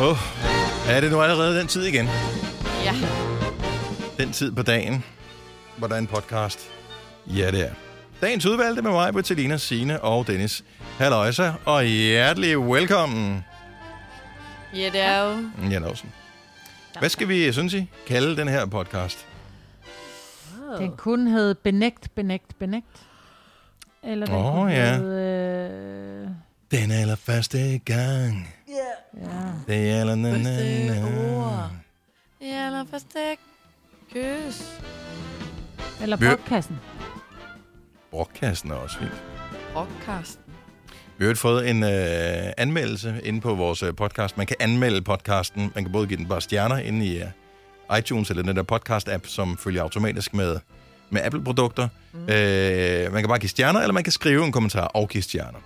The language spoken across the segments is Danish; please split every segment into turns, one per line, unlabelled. Oh, er det nu allerede den tid igen?
Ja.
Den tid på dagen, hvor der er en podcast. Ja, det er. Dagens udvalgte med mig, Bertilina, Sine og Dennis. Halløjsa, og hjertelig velkommen,
Ja, det er jo...
Jan Olsen. Hvad skal vi, øh, synes I, kalde den her podcast?
Den kunne hedde benægt, benægt, benægt. Eller den
Åh,
kunne
ja.
hedde... Øh,
Den allerførste gang.
ja.
Det er aller na, na, na.
Ja, eller første kys.
Eller
Vi-
podcasten.
Brokkassen er også fint.
Rockcast.
Vi har i øvrigt fået en øh, anmeldelse inde på vores øh, podcast. Man kan anmelde podcasten. Man kan både give den bare stjerner inde i øh, iTunes eller den der podcast-app, som følger automatisk med, med Apple-produkter. Mm. Øh, man kan bare give stjerner, eller man kan skrive en kommentar og give stjerner.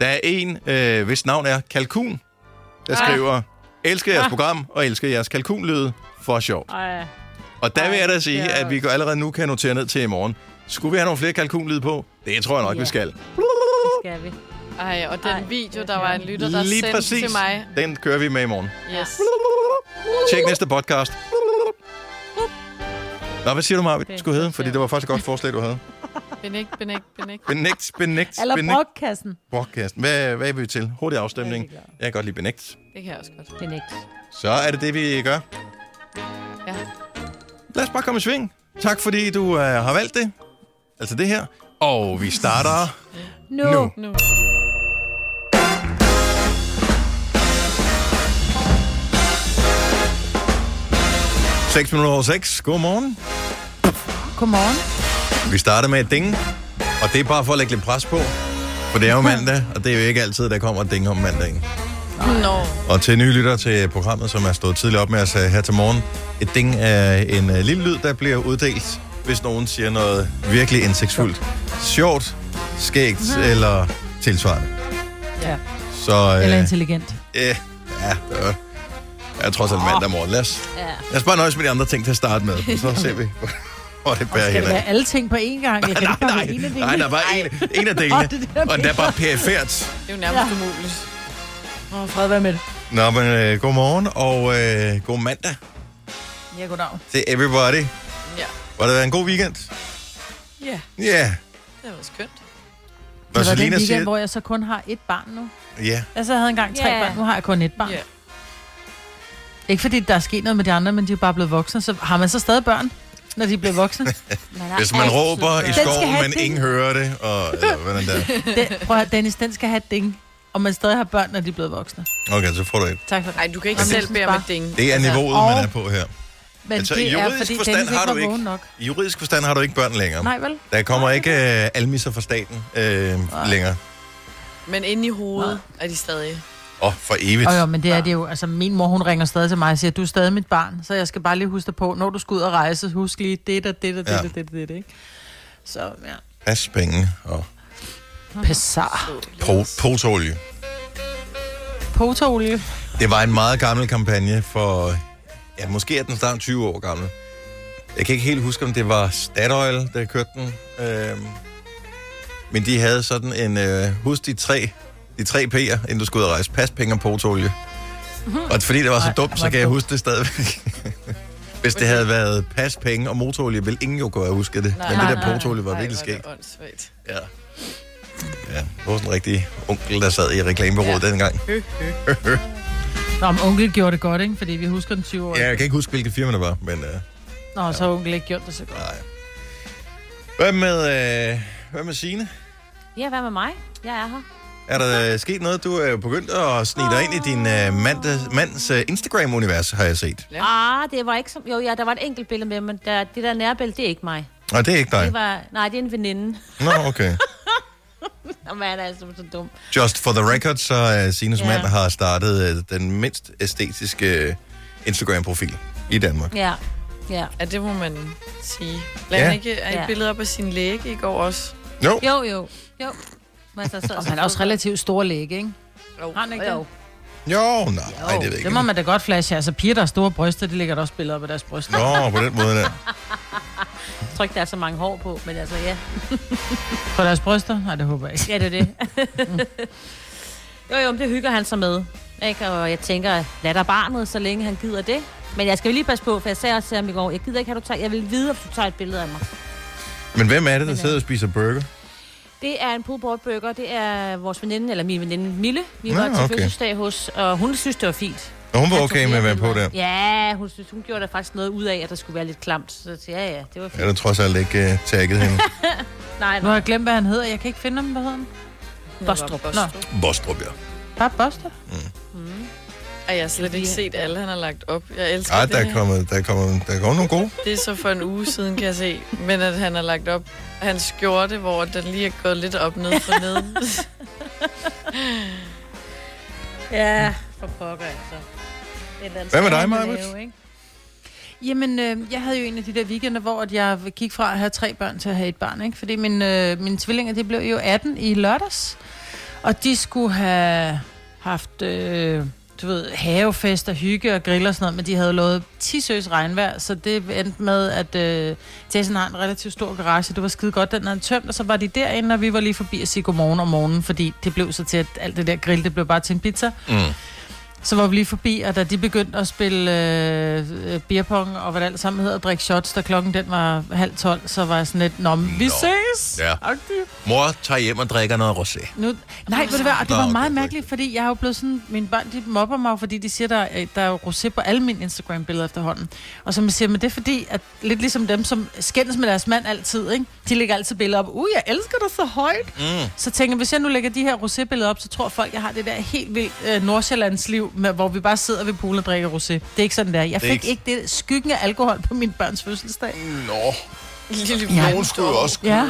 Der er en, øh, hvis navn er Kalkun, der
Ah.
skriver, elsker jeres program og elsker jeres kalkunlyde for sjovt.
Ej.
Og der vil jeg da sige,
det er
at vi går allerede nu kan notere ned til i morgen. Skulle vi have nogle flere kalkunlyde på? Det tror jeg nok, ja.
Ja.
vi skal.
Skal vi.
Ej, og den
Ej,
Ej, video,
det
der
er
var en
sjovt.
lytter, der
Lige
sendte
præcis.
til mig.
Den kører vi med i morgen.
Yes.
Tjek næste podcast. Nå, hvad siger du, Marvitt?
Det er
Skulle hedde, fordi
sjovt.
det var faktisk et godt forslag, du havde.
Benægt, benægt, benægt.
Benægt, benægt,
Eller
benægt.
podcasten.
Broadcast. Hvad, hvad er vi til? Hurtig afstemning.
Rigtig klar.
Jeg kan godt lide benægt.
Det kan jeg også godt.
Benægt.
Så er det det, vi gør.
Ja.
Lad os bare komme i sving. Tak, fordi du øh, har valgt det. Altså det her. Og vi starter
Nu.
nu.
Nu.
Seks minutter over 6. Godmorgen.
Godmorgen.
Vi starter med et ding, og det er bare for at lægge lidt pres på. For det er jo mandag, og det er jo ikke altid, der kommer et ding om mandagen.
Nå.
Og til nye lytter til programmet, som er stået tidligt op med os øh, her til morgen. Et ding er en øh, lille lyd, der bliver uddelt, hvis nogen siger noget virkelig indsigtsfuldt. Sjovt, skægt
Mhm.
eller tilsvarende.
Ja.
Så øh,
Eller intelligent.
øh, ja, det er- jeg tror også, at mandag morgen. Lad os,
Ja.
lad os bare nøjes med de andre ting til at starte med, så ser vi, hvor det bærer
Skal
hen
det
ad.
være alle ting på én gang? Jeg kan
Nej,
ikke
nej,
komme en af
nej, der
delene.
er bare en, en af delene,
Åh, det er det, der
og den er
mener.
bare perifært.
Det er jo nærmest
Ja.
umuligt.
Åh, fred være med det.
Nå, men øh, god morgen og øh, god mandag
Ja, goddag.
til everybody.
Ja.
Var det en god weekend?
Ja,
Ja. Yeah.
det var skønt.
Det var den
Selina
weekend,
siger,
hvor jeg så kun har et barn nu.
Ja,
Altså, jeg havde engang tre
Ja.
børn, nu har jeg kun et barn.
Ja.
Ikke fordi der er sket noget med de andre, men de er bare blevet voksne. Så har man så stadig børn, når de bliver voksne?
Man har
hvis man
altid
råber i
børn.
skal
skoven,
have
men
det.
ingen hører det, og eller, hvordan der.
Den, prøv at høre, Dennis, den skal have et ding. Og man stadig har børn, når de er blevet voksne.
Okay, så får du et.
Tak for det.
Nej, du kan ikke
Jamen,
selv
jeg synes
bede om
bare-
et ding.
Det er niveauet,
Altså, og-
man er på her.
Men altså,
altså, i
det er,
juridisk
fordi
forstand
Dennis
har
ikke
du
var
ikke-
vågen nok.
I juridisk forstand har du ikke børn længere.
Nej, vel?
Der kommer ikke øh, almisser fra staten øh, længere.
Men inde i hovedet er de stadig.
Åh, oh, for evigt.
Og jo, men det er det jo. Altså, min mor, hun ringer stadig til mig og siger, du er stadig mit barn, så jeg skal bare lige huske dig på, når du skal ud og rejse, husk lige det og det og
Ja.
det og det og det, ikke? Så, ja.
Pas penge og
Pessar.
po- potolie.
Potoolie.
Det var en meget gammel kampagne for... Ja, måske er den snart 20 år gammel. Jeg kan ikke helt huske, om det var Statoil, der kørte den. Øhm, men de havde sådan en... Øh, husk de tre, de tre P'er, inden du skulle ud og rejse. Pas, penge og portolie. Mm-hmm. Og fordi det var så
Ej,
dumt,
hvor
så kan jeg
dumt.
huske det stadigvæk. Hvis det havde været pas, penge og motolie, ville ingen jo kunne have husket det. Nej, men det der portolie var virkelig
skægt.
skægt.
Det åndssvagt.
Ja. Ja, det var sådan en rigtig onkel, der sad i reklamebureauet ja. dengang.
Nå, men onkel gjorde det godt, ikke? Fordi vi husker den 20 år.
Ja, jeg kan ikke huske, hvilket firma det var, men... Øh,
Nå, så har onkel ikke gjort det så godt.
Nej. Hvad med, øh, hvad med Signe?
Ja, hvad med mig? Jeg er her.
Er der øh, sket noget? Du er jo begyndt at snige dig ind i din øh, mandes, mands øh, Instagram-univers, har jeg set.
Ja.
Ah, det var ikke som... Jo, ja, der var et enkelt billede med, men der, det der nærbillede, det er ikke mig.
Og det er ikke dig.
Det var... Nej, det er en veninde.
Nå, okay.
Nå, man er altså så dum.
Just for the record, så er Sines
Ja.
mand har startet øh, den mindst æstetiske øh, Instagram-profil i Danmark.
Ja, ja.
Ja, det må man sige. Lad ja.
Ja.
ikke er ikke
Ja.
billeder op af sin læge i går også.
Jo,
Jo, jo, jo. Men altså, så,
Og han er også relativt stor læge, ikke?
Oh.
Har han ikke
Jo.
det?
jo, nej, nej det ved jeg ikke.
Det må man da godt flashe. Altså, piger, der har store bryster, det ligger der også billeder på deres bryster.
Nå, på den måde der.
Jeg tror ikke, der er så mange hår på, men altså, ja.
På deres bryster? Nej, det håber jeg ikke.
Ja, det er det. jo, jo, men det hygger han sig med. Ikke? Og jeg tænker, lad dig barnet, så længe han gider det. Men jeg skal jo lige passe på, for jeg sagde også til ham i går, jeg gider ikke, at du tager, jeg vil vide, om du tager et billede af mig.
Men hvem er det, der sidder og spiser burger?
Det er en pulled burger, det er vores veninde, eller min veninde Mille. Vi
Nå,
var til
okay.
fødselsdag hos, og hun synes, det var fint.
Og hun var
Han tog
okay med
flere
at være på
billeder.
der.
Ja, hun, synes, hun gjorde der faktisk noget ud af, at der skulle være lidt klamt. Så t- ja, ja, det var fint.
Jeg er da trods alt ikke uh, tagget hende.
Nej,
Nu har
nej.
jeg glemt, hvad han hedder. Jeg kan ikke finde ham, hvad hedder han?
Bostrup.
Bostrup.
Bostrup, ja.
Bare Boster.
Mm.
Ej, jeg har slet ikke set alle, han har lagt op. Jeg elsker
Ej,
det.
der er
her.
kommet, der er kommet, der er kommet nogle gode.
Det er så for en uge siden, kan jeg se. Men at han har lagt op hans skjorte, hvor den lige er gået lidt op ned for neden.
Ja, for pokker altså.
Hvad med dig, Maja?
Jamen, øh, jeg havde jo en af de der weekender, hvor at jeg gik fra at have tre børn til at have et barn, ikke? Fordi min, øh, mine tvillinger, det blev jo 18 i lørdags, og de skulle have haft, øh, du ved, havefest og hygge og grill og sådan noget, men de havde lovet 10 søs regnvejr, så det endte med, at øh, Jason har en relativt stor garage, det var skide godt, den havde tømt, og så var de derinde, og vi var lige forbi at sige godmorgen om morgenen, fordi det blev så til, at alt det der grill, det blev bare til en pizza.
Mm.
Så var vi lige forbi, og da de begyndte at spille øh, øh, beerpong og hvad det alt sammen hedder, og drikke shots, da klokken den var halv tolv, så var jeg sådan lidt, Nå, men vi
Nå,
ses!
ja.
Agtigt.
Mor tager hjem og drikker noget rosé.
Nu, nej, ved du hvad, og det
Nå,
var
okay,
meget
rigtigt.
mærkeligt, fordi jeg har jo blevet sådan, mine børn, de mobber mig, jo, fordi de siger, der, er- der er jo rosé på alle mine Instagram-billeder efterhånden. Og som jeg siger, men det er fordi, at lidt ligesom dem, som skændes med deres mand altid, ikke? de lægger altid billeder op, uh, jeg elsker dig så højt.
Mm.
Så tænker jeg, hvis jeg nu lægger de her rosé-billeder op, så tror folk, jeg har det der helt vildt øh, Nordsjællands liv, med, hvor vi bare sidder ved poolen og drikker rosé. Det er ikke sådan, der. Jeg
Det er
fik ikke...
ikke-
ikke det skyggen af alkohol på min børns fødselsdag.
Nå,
Lille
Ja.
ja.
også
Ja.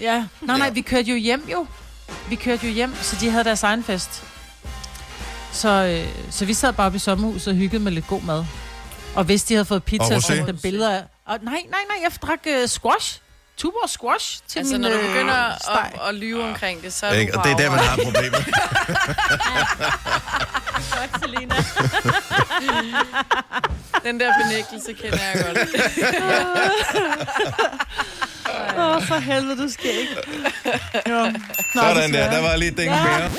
Ja. Nej, nej,
Ja.
vi kørte jo hjem jo. Vi kørte jo hjem, så de havde deres egen fest. Så, øh, så vi sad bare oppe i sommerhuset og hyggede med lidt god mad. Og hvis de havde fået pizza,
Og
og
rosé?
så dem billeder af... Og nej, nej, nej, jeg drak øh, squash. Tuborg squash til
Altså,
min
når du
øh,
begynder
steg.
at, at lyve omkring det, så er
Ah. Ikke?
du
Og det er der, man
bare
har problemet.
Godt, Selina.
Den der benægtelse kender jeg godt.
Åh, for helvede, du skal ikke. Jo. Nå,
Sådan der,
desværre.
der var lige ding
Ja.
mere.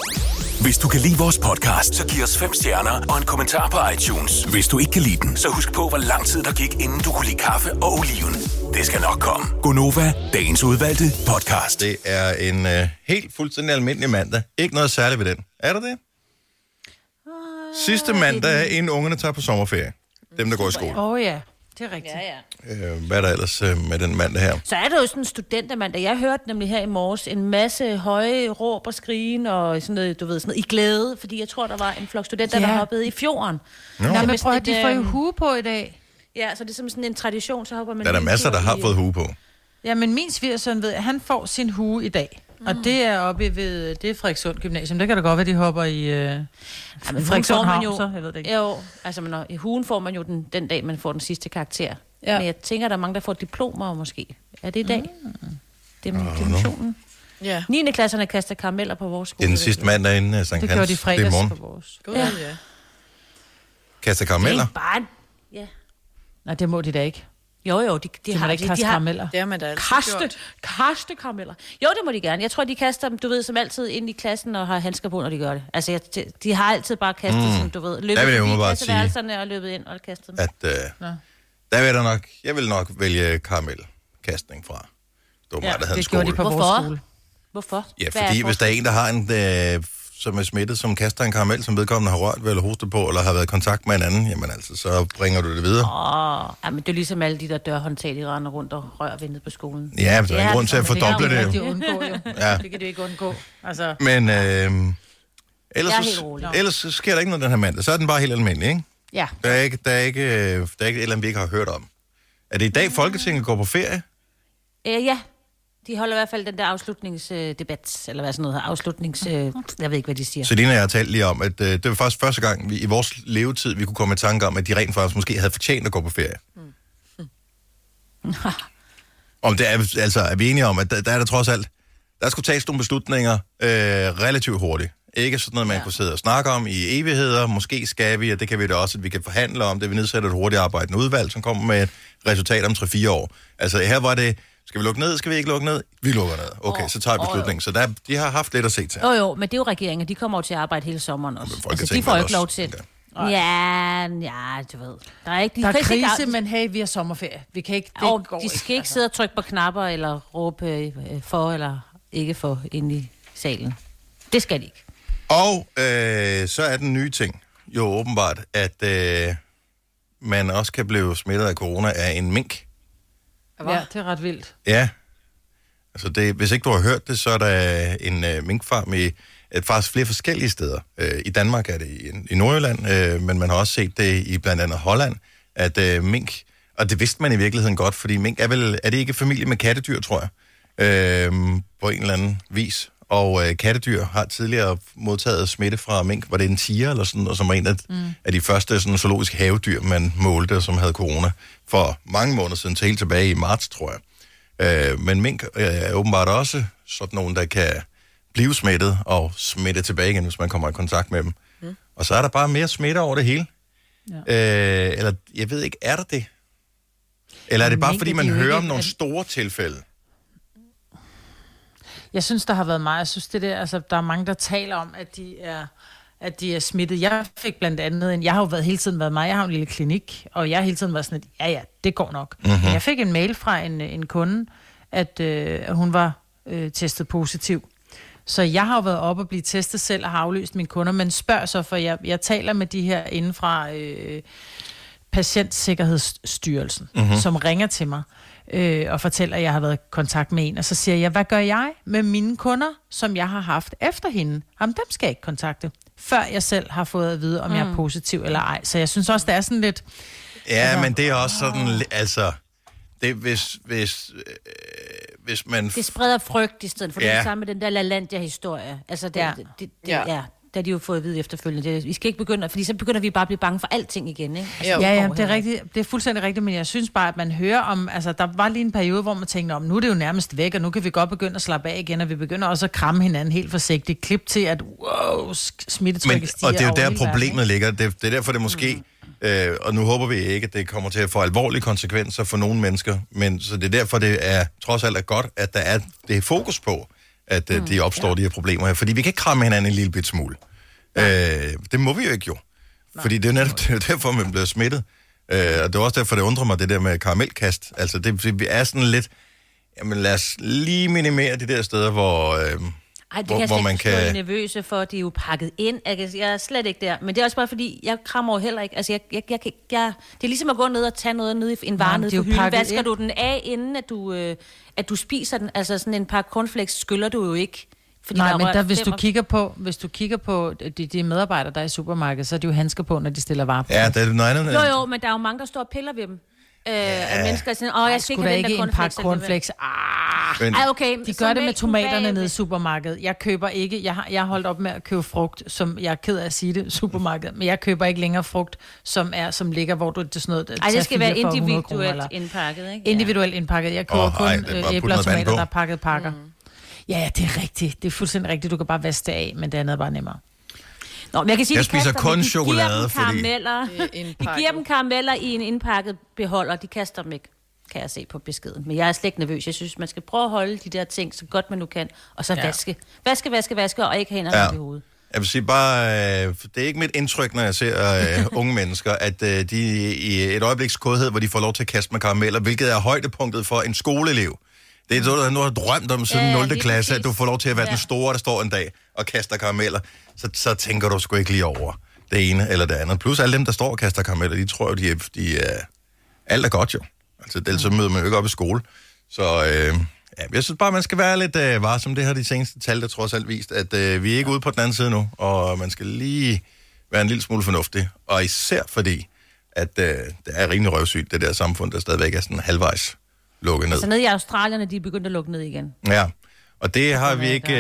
Hvis du kan lide vores podcast, så giv os fem stjerner og en kommentar på iTunes. Hvis du ikke kan lide den, så husk på, hvor lang tid der gik, inden du kunne lide kaffe og oliven. Det skal nok komme. Gonova, dagens udvalgte podcast.
Det er en øh, helt fuldstændig almindelig mandag. Ikke noget særligt ved den. Er der det?
Ah,
Sidste mandag, er inden ungerne tager på sommerferie. Dem, der går i skole.
Åh oh, ja, det er rigtigt. Ja, ja.
Øh, hvad er der ellers øh, med den mandag her?
Så er det jo sådan en studentermandag. Jeg hørte nemlig her i morges en masse høje råb og skrigen og sådan noget, du ved, sådan noget, i glæde, fordi jeg tror, der var en flok studenter,
Ja.
der hoppede i fjorden.
Nå.
Nej,
Så
men
hvis
prøv at
det,
høre, de får jo
øhm,
hue på i dag.
Ja, så det er som sådan en tradition, så hopper man...
Der er der
lige en
masser,
tur
der har
i-
fået hue på.
Ja, men min svigersøn ved, at han får sin hue i dag. Mm. Og det er oppe ved, det er Frederikssund Gymnasium. Der kan da godt være, de hopper i øh,
Ja, men huen får
Frederikssund
man
Havn,
jo...
så jeg ved det ikke.
Jo, altså man, i huen får man jo den, den dag, man får den sidste karakter.
Ja.
Ja. Men jeg tænker, der er mange, der får diplomer måske. Er det i dag? Mm. Det er dimensionen.
Ah. Ja.
9. klasserne kaster karameller på vores skole.
Den sidste mandag inden øh, Sankt
Det gjorde
Hans.
de i
Det er i
fredags
morgen.
på vores.
Gud, ja.
Kaster
Det
karameller.
er bare... en- Ja.
Nej, det må de da ikke.
Jo, jo, de, de,
De må
har,
da ikke
de,
kaste
de har,
karameller.
Det har man da altid
Kaste,
gjort.
kaste karameller. Jo, det må de gerne. Jeg tror, de kaster dem, du ved, som altid ind i klassen og har handsker på, når de gør det. Altså, jeg, de, de har altid bare kastet, mm. som du ved, løbet
Der vil jeg
forbi
umiddelbart sige-
klasseværelserne og løbet ind og kastet dem.
At, øh, der vil jeg da nok, jeg vil nok vælge karamelkastning fra. Det var mig, der havde en
det
skole.
gjorde de på vores
Hvorfor?
skole.
Hvorfor?
Ja,
Hvad
fordi hvis der er en, der har en, øh, som er smittet, som kaster en karamel, som vedkommende har rørt ved eller hostet på, eller har været i kontakt med en anden, jamen altså, så bringer du det videre.
Åh, ja, men det er ligesom alle de der dørhåndtag, de render rundt og rører ved nede på skolen.
Ja, men der er
Ja,
ingen grund til at
altså, men det er
fordoble
jo
det.
Det
jo.
kan de undgå, jo.
Ja.
ja. Det kan de jo ikke undgå. Altså,
Men øh, ellers,
Jeg er
så-
helt rolig.
ellers så sker der ikke noget den her mandag. Så er den bare helt almindelig, ikke?
ja.
Der er ikke, der er ikke, øh, der er ikke et eller andet, vi ikke har hørt om. Er det i
Mm.
dag, Folketinget går på ferie?
Øh, ja, de holder i hvert fald den der afslutningsdebat, eller hvad sådan noget, afslutnings... Øh, jeg ved ikke, hvad de siger.
Selina og jeg har talt lige om, at øh, det var faktisk første gang vi, i vores levetid, vi kunne komme i tanke om, at de rent faktisk måske havde fortjent at gå på ferie. Mm. om det er, altså, er vi enige om, at der, der er der trods alt, der skulle tages nogle beslutninger øh, relativt hurtigt. Ikke sådan noget, man ja. kunne sidde og snakke om i evigheder. Måske skal vi, og det kan vi da også, at vi kan forhandle om det. Vi nedsætter et hurtigt arbejdende udvalg, som kommer med et resultat om 3-4 år. Altså her var det, Skal vi lukke ned? Skal vi ikke lukke ned? Vi lukker ned. Okay,
Åh,
så tager vi
åh, jo.
beslutningen. Så der, de har haft lidt at se til.
Jo, jo, men det er jo regeringer. De kommer jo til at arbejde hele sommeren også. Altså, de
Folketinget
får jo
vel
ikke lov
også,
til.
tænker jeg.
Ja, ja, du ved. Der er ikke de
Der er
kan ikke-
krise, men hey, vi har sommerferie. Vi kan ikke... altså. Det
Og
går
de skal ikke sidde og trykke på knapper eller råbe øh, for eller ikke for inde i salen. Det skal de ikke.
Og øh, så er den nye ting jo åbenbart, at øh, man også kan blive smittet af corona af en mink.
Ja, det er ret vildt.
Ja. Altså, det, hvis ikke du har hørt det, så er der en øh, minkfarm i øh, faktisk flere forskellige steder. Øh, I Danmark er det i, i Nordjylland, øh, men man har også set det i blandt andet Holland, at øh, mink, og det vidste man i virkeligheden godt, fordi mink er vel, er det ikke familie med kattedyr, tror jeg, øh, på en eller anden vis. Og øh, kattedyr har tidligere modtaget smitte fra mink, var det en tiger eller sådan, og som var en af, mm. af de første sådan, zoologiske havedyr, man målte, som havde corona, for mange måneder siden, til helt tilbage i marts, tror jeg. Øh, men mink øh, er åbenbart også sådan nogen, der kan blive smittet og smitte tilbage igen, hvis man kommer i kontakt med dem. Mm. Og så er der bare mere smitte over det hele. Ja. Øh, eller jeg ved ikke, er der det? Eller er det
Men
bare,
mink,
fordi
det er
man
jo
hører
ikke-
om nogle
at-
store tilfælde?
Jeg synes, der har været meget. Jeg synes, det der, altså, der er mange, der taler om, at de er at de er smittet. Jeg fik blandt andet en, jeg har jo været, hele tiden været mig, jeg har jo en lille klinik, og jeg har hele tiden været sådan, at ja, ja, det går nok. Mm-hmm. Men jeg fik en mail fra en, en kunde, at, øh, at hun var øh, testet positiv. Så jeg har jo været op og blive testet selv og har afløst mine kunder, men spørg så, for jeg, jeg taler med de her inden fra øh, Patientsikkerhedsstyrelsen, mm-hmm. som ringer til mig øh, og fortæller, at jeg har været i kontakt med en. Og så siger jeg, hvad gør jeg med mine kunder, som jeg har haft efter hende? Jamen, dem skal jeg ikke kontakte, før jeg selv har fået at vide, om mm. jeg er positiv eller ej. Så jeg synes også, det er sådan lidt...
Ja, altså, men det er også sådan,
Ah.
li- altså, det er, hvis, hvis, øh, hvis man...
Det spreder frygt i stedet for
Ja.
ja. det samme med den der LaLandia-historie. Altså, det, ja.
Ja.
det, det,
Ja.
ja. ja. Det har de jo fået at vide efterfølgende. Det, vi skal ikke begynde, at- fordi så begynder vi bare at blive bange for alting igen, ikke? Altså,
Jo.
går
Ja, ja,
heller
det er,
ikke.
rigtigt, det er fuldstændig rigtigt, men jeg synes bare, at man hører om... Altså, der var lige en periode, hvor man tænkte, om nu er det jo nærmest væk, og nu kan vi godt begynde at slappe af igen, og vi begynder også at kramme hinanden helt forsigtigt. Klip til, at wow, sk- smittetrykket
Men,
stiger
og det er jo
over
der
hele verden,
problemet ligger. Det, det er derfor, det måske... Mm. Øh, og nu håber vi ikke, at det kommer til at få alvorlige konsekvenser for nogle mennesker. Men så det er derfor, det er trods alt er godt, at der er det er fokus på, at mm. de opstår ja. de her problemer her. Fordi vi kan ikke kramme hinanden en lille bit smule. Øh, det må vi jo ikke jo. Fordi det er jo netop det er jo derfor, man bliver smittet. Øh, og det er også derfor, det undrer mig, det der med karamelkast. Altså, det, det- vi er sådan lidt... Jamen, lad os lige minimere de der steder, hvor... Øh,
Ej, det
hvor-
hvor, kan jeg
hvor
slet
man
ikke kan...
kan-
nervøse for, de er jo pakket ind. Jeg, kan- jeg er slet ikke der. Men det er også bare fordi, jeg krammer jo heller ikke. Altså, jeg, jeg, jeg, kan ikke- jeg, det er ligesom at gå ned og tage noget ned i en
Nej,
vare
men
ned
det er
på
jo
hylden.
pakket
Vasker
ind.
du den af, inden at du, øh, at du spiser den? Altså sådan en pakke cornflakes skyller du jo ikke. Fordi
Nej,
er
men
rørt
der, hvis,
fem
du
og-
kigger på, hvis du kigger på øh, de, de medarbejdere, der er i supermarkedet, så er de jo handsker på, når de stiller varer på.
ja, det er noget andet.
Jo, jo, men der er jo mange, der står og piller ved dem. Øh, ja. mennesker er sådan, åh, jeg skal ikke
Skulle der
have den
ikke
der
en pakke
cornflakes.
cornflakes? Ah,
Men-
Ej, okay.
de
så
gør det med
mælken
tomaterne
bagefter.
nede i supermarkedet. Jeg køber ikke, jeg har, jeg har holdt op med at købe frugt, som jeg er ked af at sige det, supermarkedet, men jeg køber ikke længere frugt, som er, som ligger, hvor du det er sådan noget,
Ej,
tager
det skal
fire
være
for 100 kroner,
individuelt
eller-
indpakket, ikke?
Individuelt indpakket. Jeg køber
Åh,
oh, kun
ej,
ej,
det er bare at putte
æbler
noget
og
vand
tomater,
på.
der er pakket pakker. Mm. Ja, ja, det er rigtigt. Det er fuldstændig rigtigt. Du kan bare vaske det af, men det andet er bare nemmere.
Nå, men jeg kan sige,
Jeg
de
spiser
kaster
kun
dem. de
chokolade,
giver dem
fordi-
karameller.
Det er
De
indpakket.
giver dem karameller i en indpakket beholder. De kaster dem ikke, kan jeg se på beskeden. Men jeg er slet ikke nervøs. Jeg synes, man skal prøve at holde de der ting så godt man nu kan. Og så ja.
Ja.
vaske. Vaske, vaske, vaske, og ikke hænder
Ja.
ja. i hovedet.
Jeg vil sige bare, øh, det er ikke mit indtryk, når jeg ser øh, unge mennesker, at øh, de i et øjebliks kodhed, hvor de får lov til at kaste med karameller, hvilket er højdepunktet for en skoleelev. Det er noget, der nu har drømt om siden
Ja,
ja,
ja,
0.
lige
klasse,
præcis.
at du får lov til at være ja.
Ja.
den store, der står en dag og kaster karameller. Så, så tænker du sgu ikke lige over det ene eller det andet. Plus alle dem, der står og kaster karameller, de tror jo, de er, de er alt er godt jo. Altså, ellers så møder man jo ikke op i skole. Så øh, ja, jeg synes bare, man skal være lidt øh, varsom. Det har de seneste tal, der trods alt vist, at øh, vi er ikke ude på den anden side nu, og man skal lige være en lille smule fornuftig. Og især fordi, at øh, det er rimelig røvsygt, det der samfund, der stadigvæk er sådan halvvejs lukket ned.
Så nede i Australierne, de er begyndt at lukke ned igen.
Ja, og det har vi ikke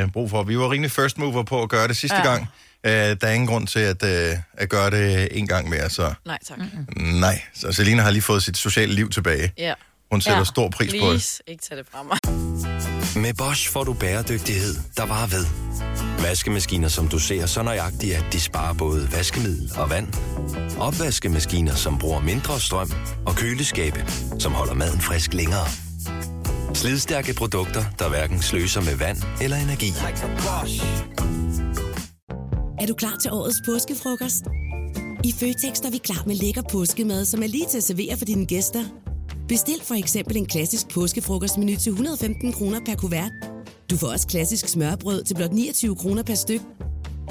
øh, brug for. Vi var rimelig first mover på at gøre det sidste ja. gang. Øh, der er ingen grund til at, øh, at gøre det en gang mere, så
Nej, tak.
nej. Så Selina har lige fået sit sociale liv tilbage.
Ja.
Hun sætter ja.
Ja.
stor pris på det.
Please, ikke tag det fra mig.
Med Bosch får du bæredygtighed, der varer ved. Vaskemaskiner, som du ser så nøjagtigt, at de sparer både vaskemiddel og vand. Opvaskemaskiner, som bruger mindre strøm. Og køleskabe, som holder maden frisk længere. Slidstærke produkter, der hverken sløser med vand eller energi.
Er du klar til årets påskefrokost? I Føtex er vi klar med lækker påskemad, som er lige til at servere for dine gæster. Bestil for eksempel en klassisk påskefrokostmenu til 115 kroner per kuvert. Du får også klassisk smørbrød til blot 29 kroner per styk.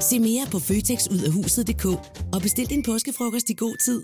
Se mere på føtexudafhuset.dk og bestil din påskefrokost i god tid.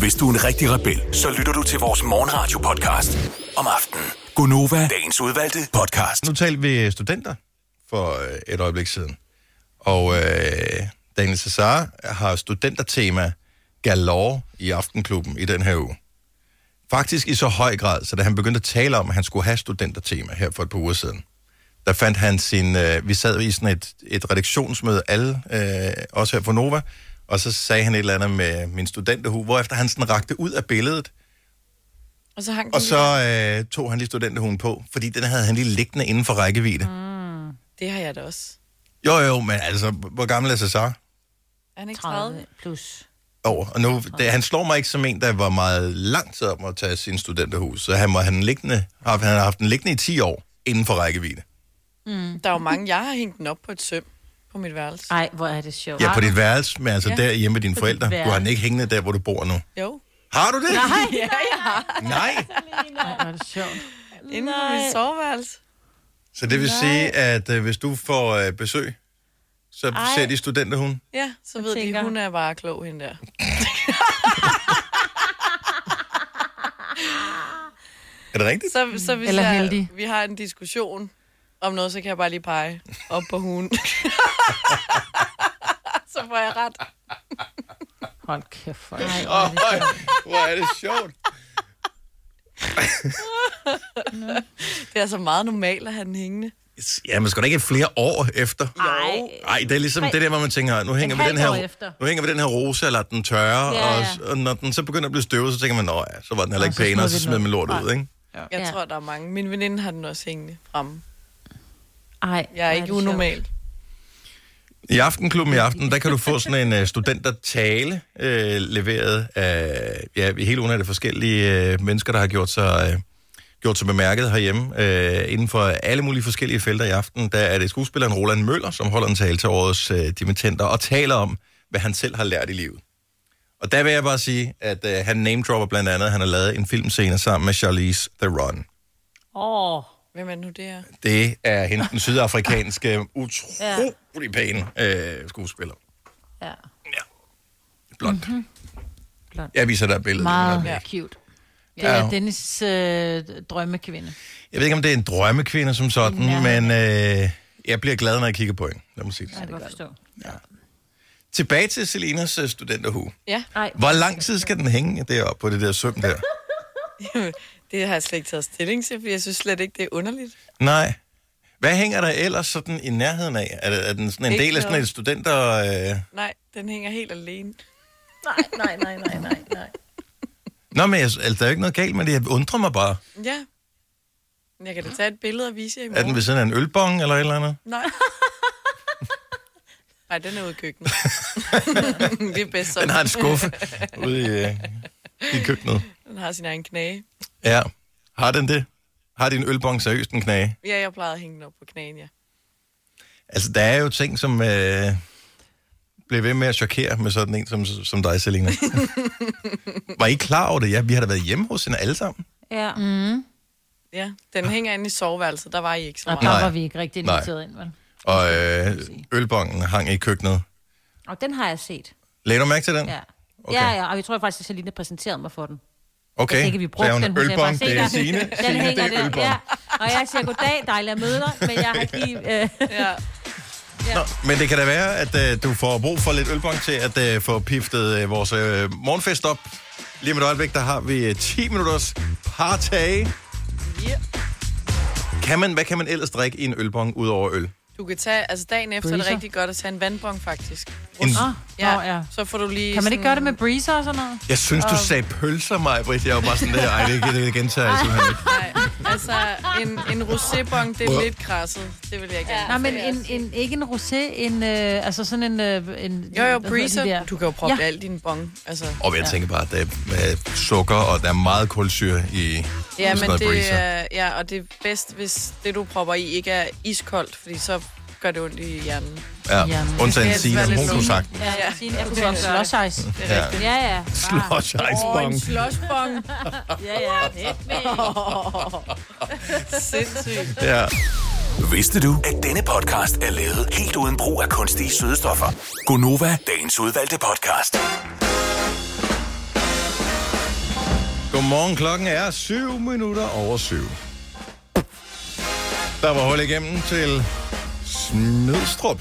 Hvis du er en rigtig rebel, så lytter du til vores morgenradio-podcast om aftenen. Gunova, dagens udvalgte podcast.
Nu talte vi studenter for øh, et øjeblik siden. Og øh, Daniel Cesar har studentertema galore i Aftenklubben i den her uge. Faktisk i så høj grad, så da han begyndte at tale om, at han skulle have studentertema her for et par uger siden, der fandt han sin... Øh, vi sad i sådan et, et redaktionsmøde, alle, øh, også her for Nova, og så sagde han et eller andet med min studenterhue, hvorefter han sådan rakte ud af billedet,
Og så hang
og
den
så øh, tog han lige studenterhuen på, fordi den havde han lige liggende inden for rækkevidde. Mm.
lige- Det har jeg da også.
Jo, jo, men altså, hvor gammel er Cesar?
Er han ikke 30?
30 plus.
Over. Og nu, det, han slår mig ikke som en, der var meget lang tid om at tage sin studenterhus. Så han, må, han, liggende, har, han har haft den liggende i 10 år inden for rækkevidde.
Mm. Der er jo mange, jeg har hængt den op på et søm på mit værelse.
Ej, hvor er det sjovt.
Ja, på dit værelse, men altså ja.
Ja.
der hjemme med
På
dine
dit
forældre. Du har den
værelse.
ikke hængende der, hvor du bor nu.
Jo.
Har du det?
Nej, ja, ja.
Nej.
Hvor er det sjovt.
Inden på mit soveværelse.
Så det vil sige, at øh, hvis du får øh, besøg, så Ej. ser de studenterhuen.
Ja, så ved
tænker-
de, hun er bare klog hende der.
Er det rigtigt?
Så, så hvis
Eller
jeg,
heldig.
vi har en diskussion om noget, så kan jeg bare lige pege op på hun. så får jeg ret.
Hold kæft for
Åh, oh, hvor er det sjovt.
Det er så meget normalt at have den hængende.
Ja, men skal da ikke flere år efter?
Ej.
Nej, det er ligesom det der, hvor man tænker, nu hænger, vi
halvt
den her,
år efter.
nu hænger vi den her rose, eller den tørre,
Ja,
ja,
ja.
ja. Og, og når den så begynder at blive støvet, så tænker man, nå ja, så var den heller ikke
så
pæn, og
smider
så
vi den
smed
ud.
man lortet ud, ikke?
Jeg
Ja.
tror, der er mange. Min veninde har den også hængende fremme.
Ej,
Jeg er ikke unormal.
I Aftenklubben i aften, der kan du få sådan en uh, studentertale øh, leveret af ja, i hele ugen er det forskellige øh, mennesker, der har gjort sig, øh, gjort sig bemærket herhjemme. Øh, inden for alle mulige forskellige felter i aften, der er det skuespilleren Roland Møller, som holder en tale til årets øh, dimittenter og taler om, hvad han selv har lært i livet. Og der vil jeg bare sige, at øh, han namedropper blandt andet, at han har lavet en filmscene sammen med Charlize Theron.
Åh, oh,
Hvem er nu det her?
Det er hende, den sydafrikanske, utrolig pæne øh, skuespiller.
ja.
Ja. Blond. Mm-hmm.
Blond.
Jeg viser dig et billede.
Mhm. Meget
Ja.
cute. Det er Dennis' øh, drømmekvinde.
Jeg ved ikke, om det er en drømmekvinde som sådan, ja. men øh, jeg bliver glad, når jeg kigger på hende. Lad mig sige det.
Jeg kan godt forstå.
Tilbage til Selinas øh, studenterhue.
Ja,
Ej,
Hvor lang tid skal den hænge deroppe på det der søm der?
det har jeg slet ikke taget stilling til, for jeg synes slet ikke, det er underligt.
Nej. Hvad hænger der ellers sådan i nærheden af? Er, det, er den sådan en
Ikke
del af sådan
noget.
et studenter... Øh...
Nej, den hænger helt alene.
nej, nej, nej, nej, nej, nej.
Nå, men jeg, altså, der er jo ikke noget galt med det. Jeg undrer mig bare.
Ja. Men Jeg kan da tage et billede og vise jer i
Er den
morgen.
ved siden af en ølbong eller et eller andet?
Nej. Nej, den er ude i køkkenet. det er bedst sådan.
Den har en skuffe ude i, øh, i køkkenet.
Den har sin egen knage.
Ja. Har den det? Har din ølbong seriøst en knage?
Ja, jeg plejede at hænge den op på knæen, ja.
Altså, der er jo ting, som øh, bliver ved med at chokere med sådan en som, som dig, Selina. Var I klar over det? Ja, vi har da været hjemme hos hende alle sammen.
Ja. Mm.
Ja, den hænger inde i soveværelset. Der var I ikke så
Og
meget.
Nej.
der var vi ikke rigtig
Nej.
inviteret ind, vel?
Og øh, ølbongen hang i køkkenet.
Og den har jeg set.
Lagde du mærke til den?
Ja.
Okay.
Okay. Ja, ja, og jeg tror faktisk, at Selina præsenterede mig for den.
Okay,
Jeg tænker, vi brugte
sagde hun,
den. Hun sagde bare,
ølbong,
"Se
det er
der,
Signe.
Den
Signe,
hænger
det er
der.
ølbong.
Ja. Og jeg siger, goddag, dejligt at møde dig, men jeg har ikke lige... Øh,
Ja.
Nå, men det kan da være, at øh, du får brug for lidt ølbong til at øh, få piftet øh, vores øh, morgenfest op. Lige med et øjeblik, der har vi øh, 10 minutters partag Kan man, hvad kan man ellers drikke i en ølbong ud over øl?
Du kan tage, altså dagen efter er det
Breezer.
rigtig godt at tage en vandbong, faktisk.
En, Ah,
Ja. Nå, ja.
Så får du lige
Kan man ikke
sådan-
gøre det med breezer og sådan noget?
jeg synes, du sagde pølser, mig, Britt. Jeg var bare sådan der, ej, det, det, det gentager jeg simpelthen ikke.
Nej, altså en, en rosébong, det er lidt krasset. Det vil jeg gerne.
Nej, men en, en, ikke en rosé, en, øh, altså sådan en... Øh, en
Jo,
hvad hedder
jo,
de
breezer.
der?
Du kan jo proppe ja.
Ja.
alt din bong. Altså.
Og jeg tænker bare, at der er øh, sukker, og der er meget kulsyre i
Ja,
sådan
men
noget
det, øh,
breezer.
er, ja, og det er bedst, hvis det, du propper i, ikke er iskoldt, fordi så gør det ondt i hjernen.
Ja.
Jamen.
Undtagen
Det skal
Signe,
være lidt
hun kunne
sundt.
sagtens.
Ja,
Ja.
Signe, jeg
Du
kunne
kan
godt gøre
slå
det.
size.
Ja.
Ja, ja.
Slush ice
Og en
bong.
sloshbong.
Ja, ja. Pæk med.
Sindssygt.
Ja.
Vidste du, at denne podcast er lavet helt uden brug af kunstige sødestoffer? Gonova, dagens udvalgte podcast.
Godmorgen, klokken er 7 minutter over 7. Der var hul igennem til Smidstrup,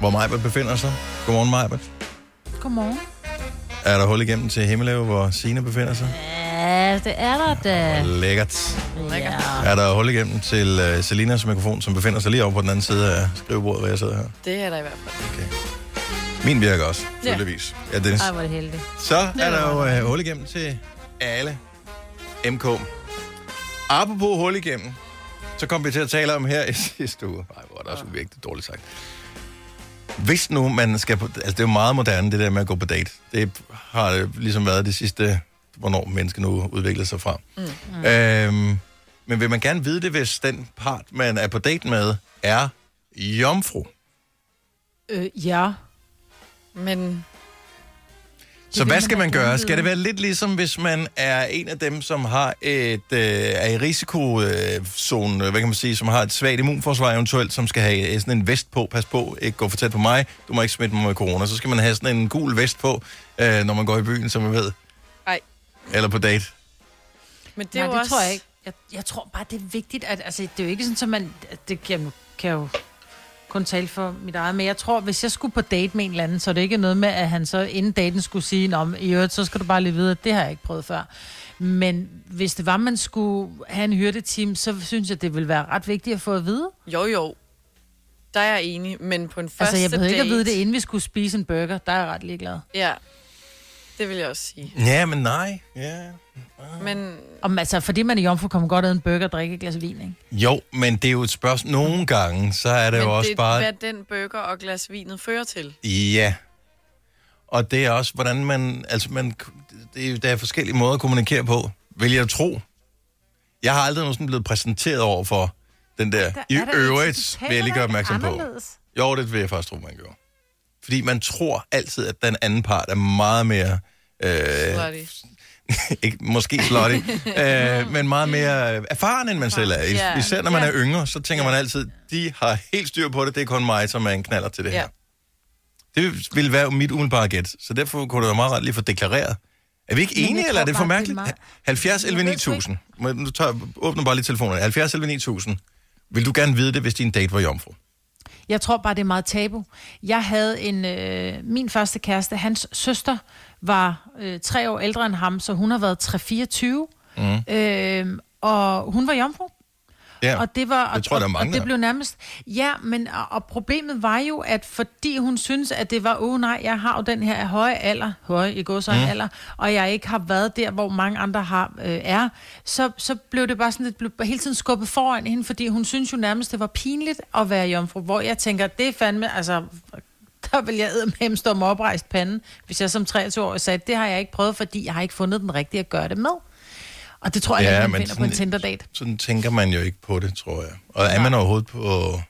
hvor Majbert befinder sig. Godmorgen, Majbert.
Godmorgen.
Er der hul igennem til Himmeløv, hvor Sina befinder sig?
Ja, det er der da.
Lækkert.
Ja.
Er der hul igennem til uh, Selinas mikrofon, som befinder sig lige over på den anden side af skrivebordet, hvor jeg sidder her?
Det er der i hvert fald.
Min virker også, tydeligvis. Ja, Dennis.
Ej, hvor er det heldigt.
Så er der jo øh, hul igennem til alle MK. Apropos hul igennem, så kom vi til at tale om her i sidste uge. Nej, hvor er det også virkelig dårligt sagt. Hvis nu man skal på... Altså, det er jo meget moderne, det der med at gå på date. Det har øh, ligesom været det sidste, hvornår mennesker nu udvikler sig fra. Mm. Mm. Øhm, men vil man gerne vide det, hvis den part, man er på date med, er jomfru?
Øh, ja.
Men
Så
vil
hvad
man
skal
da
man
gerne
gøre?
vide.
Skal det være lidt ligesom, hvis man er en af dem, som har et, øh, er i risikozone, øh, hvad kan man sige, som har et svagt immunforsvar eventuelt, som skal have øh, sådan en vest på, pas på, ikke gå for tæt på mig, du må ikke smitte mig med corona. Så skal man have sådan en gul vest på, øh, når man går i byen, som man ved.
Ej.
Eller på date.
Men det
Det,
er
Nej,
jo
det
også...
tror jeg ikke. Jeg, jeg tror bare, det er vigtigt, at altså, det er jo ikke sådan, at man... At det kan, kan jo kun tale for mit eget, men jeg tror, hvis jeg skulle på date med en eller anden, så er det ikke noget med, at han så inden daten skulle sige, Nå, men i øvrigt, så skal du bare lige vide, at det har jeg ikke prøvet før. Men hvis det var, man skulle have en hyrdeteam, så synes jeg, det ville være ret vigtigt at få at vide.
Jo, jo. Der er jeg enig, men på en første
Altså, jeg behøver
date...
ikke at vide det, inden vi skulle spise en burger. Der er jeg ret ligeglad.
Ja, det vil jeg også sige.
Ja, men nej. Ja.
Men
Om, altså, fordi man er jomfru, kommer godt af en burger og drikke et glas vin, ikke?
Jo, men det er jo et spørgsmål. Nogle gange, så er det
Men
jo også
det,
bare...
hvad den burger og glas vinet fører til.
Ja. Og det er også, hvordan man... Altså, man, det er, jo- der er forskellige måder at kommunikere på. Vil jeg tro? Jeg har aldrig nogensinde blevet præsenteret over for den der... I øvrigt vil jeg lige gøre opmærksom på. Jo, det vil jeg faktisk tro, man gjorde. Fordi man tror altid, at den anden part er meget mere... Øh,
Øh,
ikke, måske slutty, øh, men meget mere øh, erfaren, end man selv er. Is-
Ja.
Især når man er yngre, så tænker man altid, de har helt styr på det, det er kun mig, som er en knaller til det her.
ja.
Det ville være mit umiddelbare gæt, så derfor kunne det være meget rart lige at få deklareret. Er vi ikke
jeg
enige,
tror
eller er det for
bare, det er
mærkeligt?
meget-
70 11
Jeg ved sgu
9000. Må jeg- Nu tager, jeg- åbner bare lige telefonerne. 70 11 9000. Vil du gerne vide det, hvis din date var jomfru?
Jeg tror bare, det er meget tabu. Jeg havde en... Øh, min første kæreste, hans søster, var øh, tre år ældre end ham, så hun har været 3-24. Mm. Øh, og hun var jomfru.
Mm-hmm. Ja.
Og det var,
Det tror jeg, der er mange,
og
der
det
er.
blev nærmest... Ja, men og, og problemet var jo, at fordi hun synes, at det var, åh oh, nej, jeg har jo den her høje alder, høje i går så mm. alder, og jeg ikke har været der, hvor mange andre har, øh, er, så, så blev det bare sådan, det blev hele tiden skubbet foran hende, fordi hun synes jo nærmest, det var pinligt at være jomfru, hvor jeg tænker, det er fandme, altså, der vil jeg eddermame stå med oprejst panden, hvis jeg som 23-årig sagde, det har jeg ikke prøvet, fordi jeg har ikke fundet den rigtige at gøre det med. Og det tror jeg,
Ja,
ja, ikke,
men
man finder på
sådan-
en Tinder-date.
Sådan tænker man jo ikke på det, tror jeg. Og er man overhovedet på...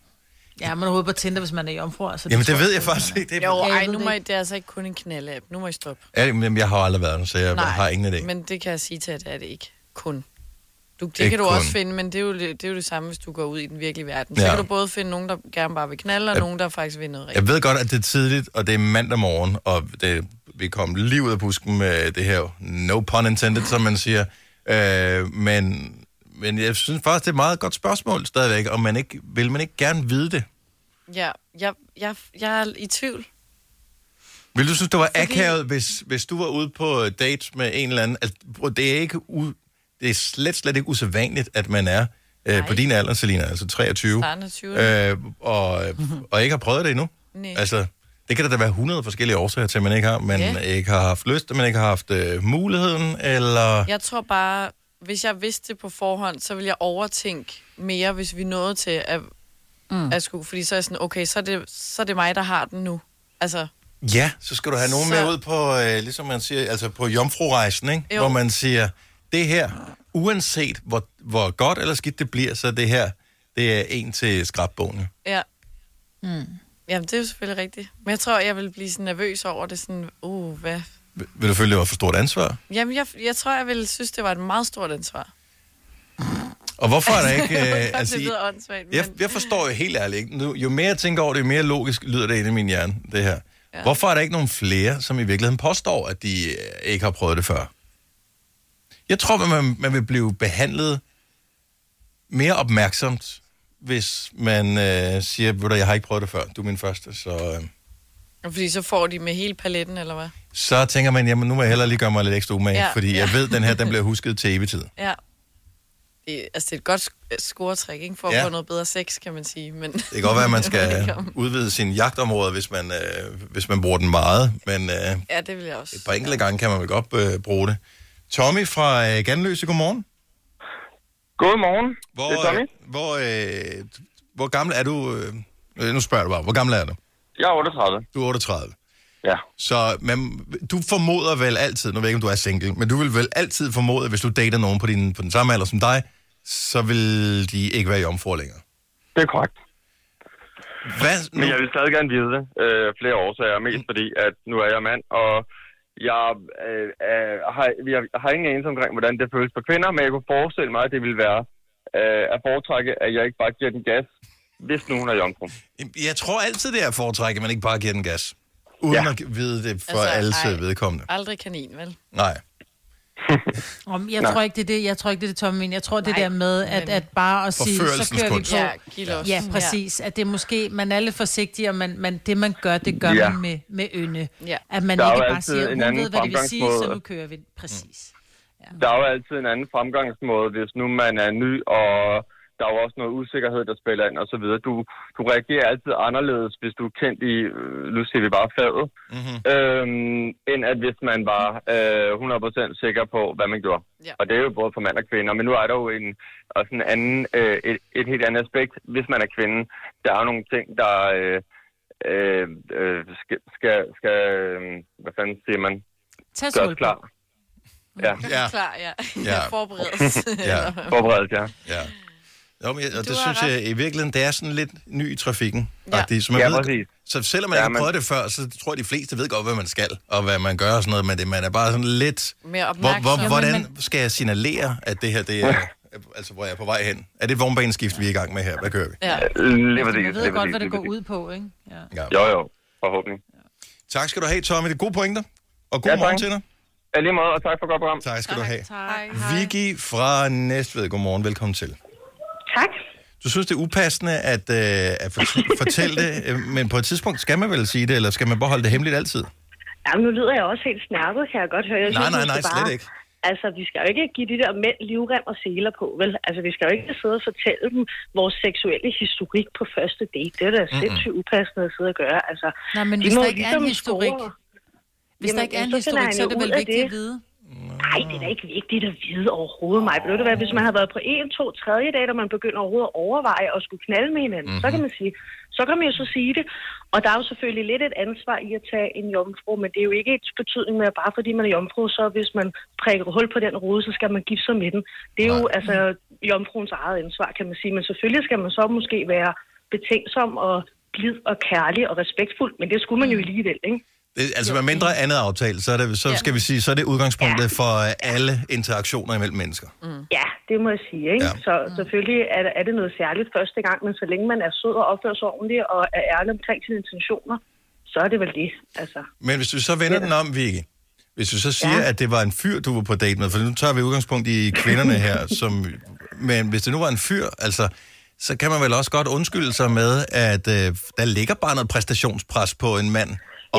Ja, man er overhovedet på Tinder, hvis man er jomfru. Altså,
Jamen,
tror
det ved jeg faktisk ikke. Det
Jo,
er...
jeg
ej,
ved
nu
det
må I,
ikke.
det er altså ikke kun en knaldeapp. Nu må I stoppe.
Ja, men jeg har aldrig været der, så jeg Nej, har ingen idé. Men...
men det kan jeg sige til, at det er det ikke kun. Du, det
Ikke
ikke kan du
kun.
kun. også finde, men det er, jo, det er jo det samme, hvis du går ud i den virkelige verden. Så
Ja.
kan du både finde nogen, der gerne bare vil knalde, og
Ja.
nogen, der faktisk vil noget rigtigt.
Jeg ved godt, at det er tidligt, og det er mandag morgen, og det, vi kom lige ud af busken med det her no pun intended, som man siger. Øh, men, men jeg synes faktisk, det er et meget godt spørgsmål stadigvæk, og man ikke, vil man ikke gerne vide det?
Ja, jeg, jeg, jeg er i tvivl.
Vil du synes, det var Fordi... akavet, hvis, hvis du var ude på date med en eller anden? Altså, bror, det er ikke u... det er slet, slet ikke usædvanligt, at man er øh, på din alder, Selina, altså 23,
Barn er 20.
øh, og, og ikke har prøvet det endnu.
Nej.
Altså, det kan der da være 100 forskellige årsager til, at man ikke har. Man
Ja.
ikke har haft lyst, man ikke har haft øh, muligheden, eller...
Jeg tror bare, hvis jeg vidste det på forhånd, så ville jeg overtænke mere, hvis vi nåede til at, mm. at skulle. Fordi så er jeg sådan, okay, så er, det, så er det mig, der har den nu. Altså,
Ja, så skal du have nogen
Så-
med ud på, øh, ligesom man siger, altså på jomfrurejsen, ikke?
Jo.
hvor man siger, det her, uanset hvor, hvor godt eller skidt det bliver, så er det her, det er en til skrabbogene.
ja. Mm. Jamen, det er jo selvfølgelig rigtigt. Men jeg tror, jeg vil blive sådan nervøs over det. Sådan, uh, hvad?
Vil vil du føle, det var for stort ansvar?
Jamen, jeg, jeg tror, jeg ville synes, det var et meget stort ansvar.
Og hvorfor er der ikke... Øh,
Altså,
altså,
det
I-
lyder åndssvagt, men...
jeg, jeg forstår jo helt ærligt ikke. Nu, jo mere jeg tænker over det, jo mere logisk lyder det inde i min hjerne, det her. Ja. Hvorfor er der ikke nogen flere, som i virkeligheden påstår, at de øh, ikke har prøvet det før? Jeg tror, at man, man vil blive behandlet mere opmærksomt, hvis man øh, siger, ved du, hvad, jeg har ikke prøvet det før, du er min første, så... Øh,
Fordi så får de med hele paletten, eller hvad?
så tænker man, jamen nu må jeg hellere lige gøre mig lidt ekstra umage, ja,
Ja,
fordi ja. jeg
ja.
ved, den her den bliver husket til evig tid.
Ja. Det, altså, det er et godt sk- scoretræk, ikke? For at
Ja.
ja. få noget bedre sex, kan man sige. Men...
Det kan godt være, at man
Det
skal
kan man.
udvide sine jagtområder, hvis man, øh, hvis man bruger den meget, men øh,
Ja, det vil jeg også.
Et par enkelte gange kan man vel godt øh, bruge det. Tommy fra øh, Ganløse, godmorgen.
Godmorgen.
Hvor,
det er Tommy.
Øh, hvor, øh, hvor gammel er du? Øh, øh, nu spørger du bare, hvor gammel er du?
Jeg er 38.
Du er 38.
Ja.
Så man, du formoder vel altid, nu ved jeg ikke, om du er single, men du vil vel altid formode, at hvis du dater nogen på, din, på den samme alder som dig, så vil de ikke være jomfruer længere.
Det er korrekt.
Hvad, nu, Mm.
Men jeg vil stadig gerne vide det. Øh, flere årsager. Mest fordi, at nu er jeg mand, og jeg, øh, øh, har, jeg har ingen anelse omkring, hvordan det føles for kvinder, men jeg kunne forestille mig, at det ville være øh, at foretrække, at jeg ikke bare giver den gas, hvis nu hun er jomfru.
jeg tror altid, det er at foretrække, at man ikke bare giver den gas. Uden ja.
Ja.
at vide det for
Altså,
altså, alle
ej.
vedkommende.
Aldrig kanin, vel?
Nej.
Om, jeg, tror ikke, det er det, jeg tror ikke, det er det, Tommy. mener. Jeg tror, det der med, at, at bare at sige, så
Forførelsens
kører vi
kunst.
på.
Ja, giv os.
Ja, præcis. At det måske, man er lidt forsigtig, og man, man, det, man gør, det gør
Ja.
ja. man med, med ynde.
Ja.
At man
Der er
ikke
jo
bare
altid
siger,
en
hun
anden
ved, hvad det vil sige, så
fremgangsmåde."
nu kører vi. Præcis. Altså,
Der er jo altid en anden fremgangsmåde, hvis nu man er ny, og der er jo også noget usikkerhed, der spiller ind og så videre. Du, du reagerer altid anderledes, hvis du er kendt i, øh, nu siger vi bare faget, mm-hmm.
Mm.
øhm, end at hvis man var øh, 100% sikker på, hvad man gjorde.
Ja.
Og det er jo både for mand og kvinder, men nu er der jo en, også en anden, øh, et, et helt andet aspekt. Hvis man er kvinde, der er jo nogle ting, der øh, øh, øh, skal, skal, skal, øh, hvad fanden siger man,
Tag
gøres
sol på.
klar. Ja,
Ja.
Klar, ja.
Ja.
ja. Forberedes.
Ja.
forberedt, ja.
Ja. Jo, men, jeg- og
Du
det
har
synes
ret.
jeg i virkeligheden, det er sådan lidt ny i trafikken.
Ja.
Ja. Så, man
Ja,
ved,
præcis.
så selvom man ja,
Ja,
ikke har
man-
prøvet det før, så tror jeg, de fleste ved godt, hvad man skal, og hvad man gør og sådan noget, men det, man er bare sådan lidt...
Mere
Hvor,
opmærksom.
hvor, hvordan
Jo, men
skal jeg signalere, at det her, det er... Altså, hvor jeg er på vej hen? Er det et vognbaneskift, vi er i gang med her? Hvad kører vi?
Ja.
Lige præcis.
Man ved
lige
godt,
præcis,
hvad det
lige
går ud på, ikke? Ja.
Ja.
Jo, jo. Forhåbentlig.
Tak skal du have, Tommy. Det er gode pointer. Og
Ja,
god ja,
tak.
morgen til dig.
Ja, lige måde, og tak for godt program.
Tak skal du have.
Hej.
Vicky fra Næstved. Godmorgen. Velkommen til.
Tak.
Du synes, det er upassende at, øh, at fortæ- fortælle det, øh, men på et tidspunkt skal man vel sige det, eller skal man bare holde det hemmeligt altid?
Jamen, nu lyder jeg også helt snærpet, kan jeg godt høre. Jeg
Nej, nej,
vi
nej,
skal
slet ikke.
Altså, vi skal jo ikke give de der mænd livrem og seler på, vel? Altså, vi skal jo ikke sidde og fortælle dem vores seksuelle historik på første date. Det er da sindssygt upassende at sidde og gøre. Altså,
Nej, men
de
hvis
må
der
jo
ikke er en
ligesom
historik,
score.
hvis der
Jamen,
ikke er en
så finder
historik,
han
så er
jo
det
ud
vel
af
vigtigt
det.
at vide.
Nej, det er da ikke vigtigt at vide overhovedet, mig. Ved du hvad, hvis man har været på en, to, tredje dag, og man begynder overhovedet at overveje at skulle knalde med hinanden, mm-hmm. så
Mhm.
kan man sige, så kan man jo så sige det. Og der er jo selvfølgelig lidt et ansvar i at tage en jomfru, men det er jo ikke et betydning med, at bare fordi man er jomfru, så hvis man prikker hul på den rode, så skal man give sig med den. Det er jo altså jomfruens eget ansvar, kan man sige. Men selvfølgelig skal man så måske være betænksom og blid og kærlig og respektfuld, men det skulle man jo alligevel, ikke?
Det, altså, med mindre andet aftale, så, er det, så skal vi sige, så er det udgangspunktet for øh, alle interaktioner imellem mennesker.
Ja, det må jeg sige. Ikke?
Ja.
Ja. Så selvfølgelig er, er det noget særligt første gang, men så længe man er sød og opfører sig ordentligt og er ærlig omkring sine intentioner, så er det vel det. Altså,
Men hvis du så vender den om, Vicky, hvis du så siger, ja.
Ja.
at det var en fyr, du var på date med, for nu tager vi udgangspunkt i kvinderne her, som, men hvis det nu var en fyr, altså, så kan man vel også godt undskylde sig med, at øh, der ligger bare noget præstationspres på en mand,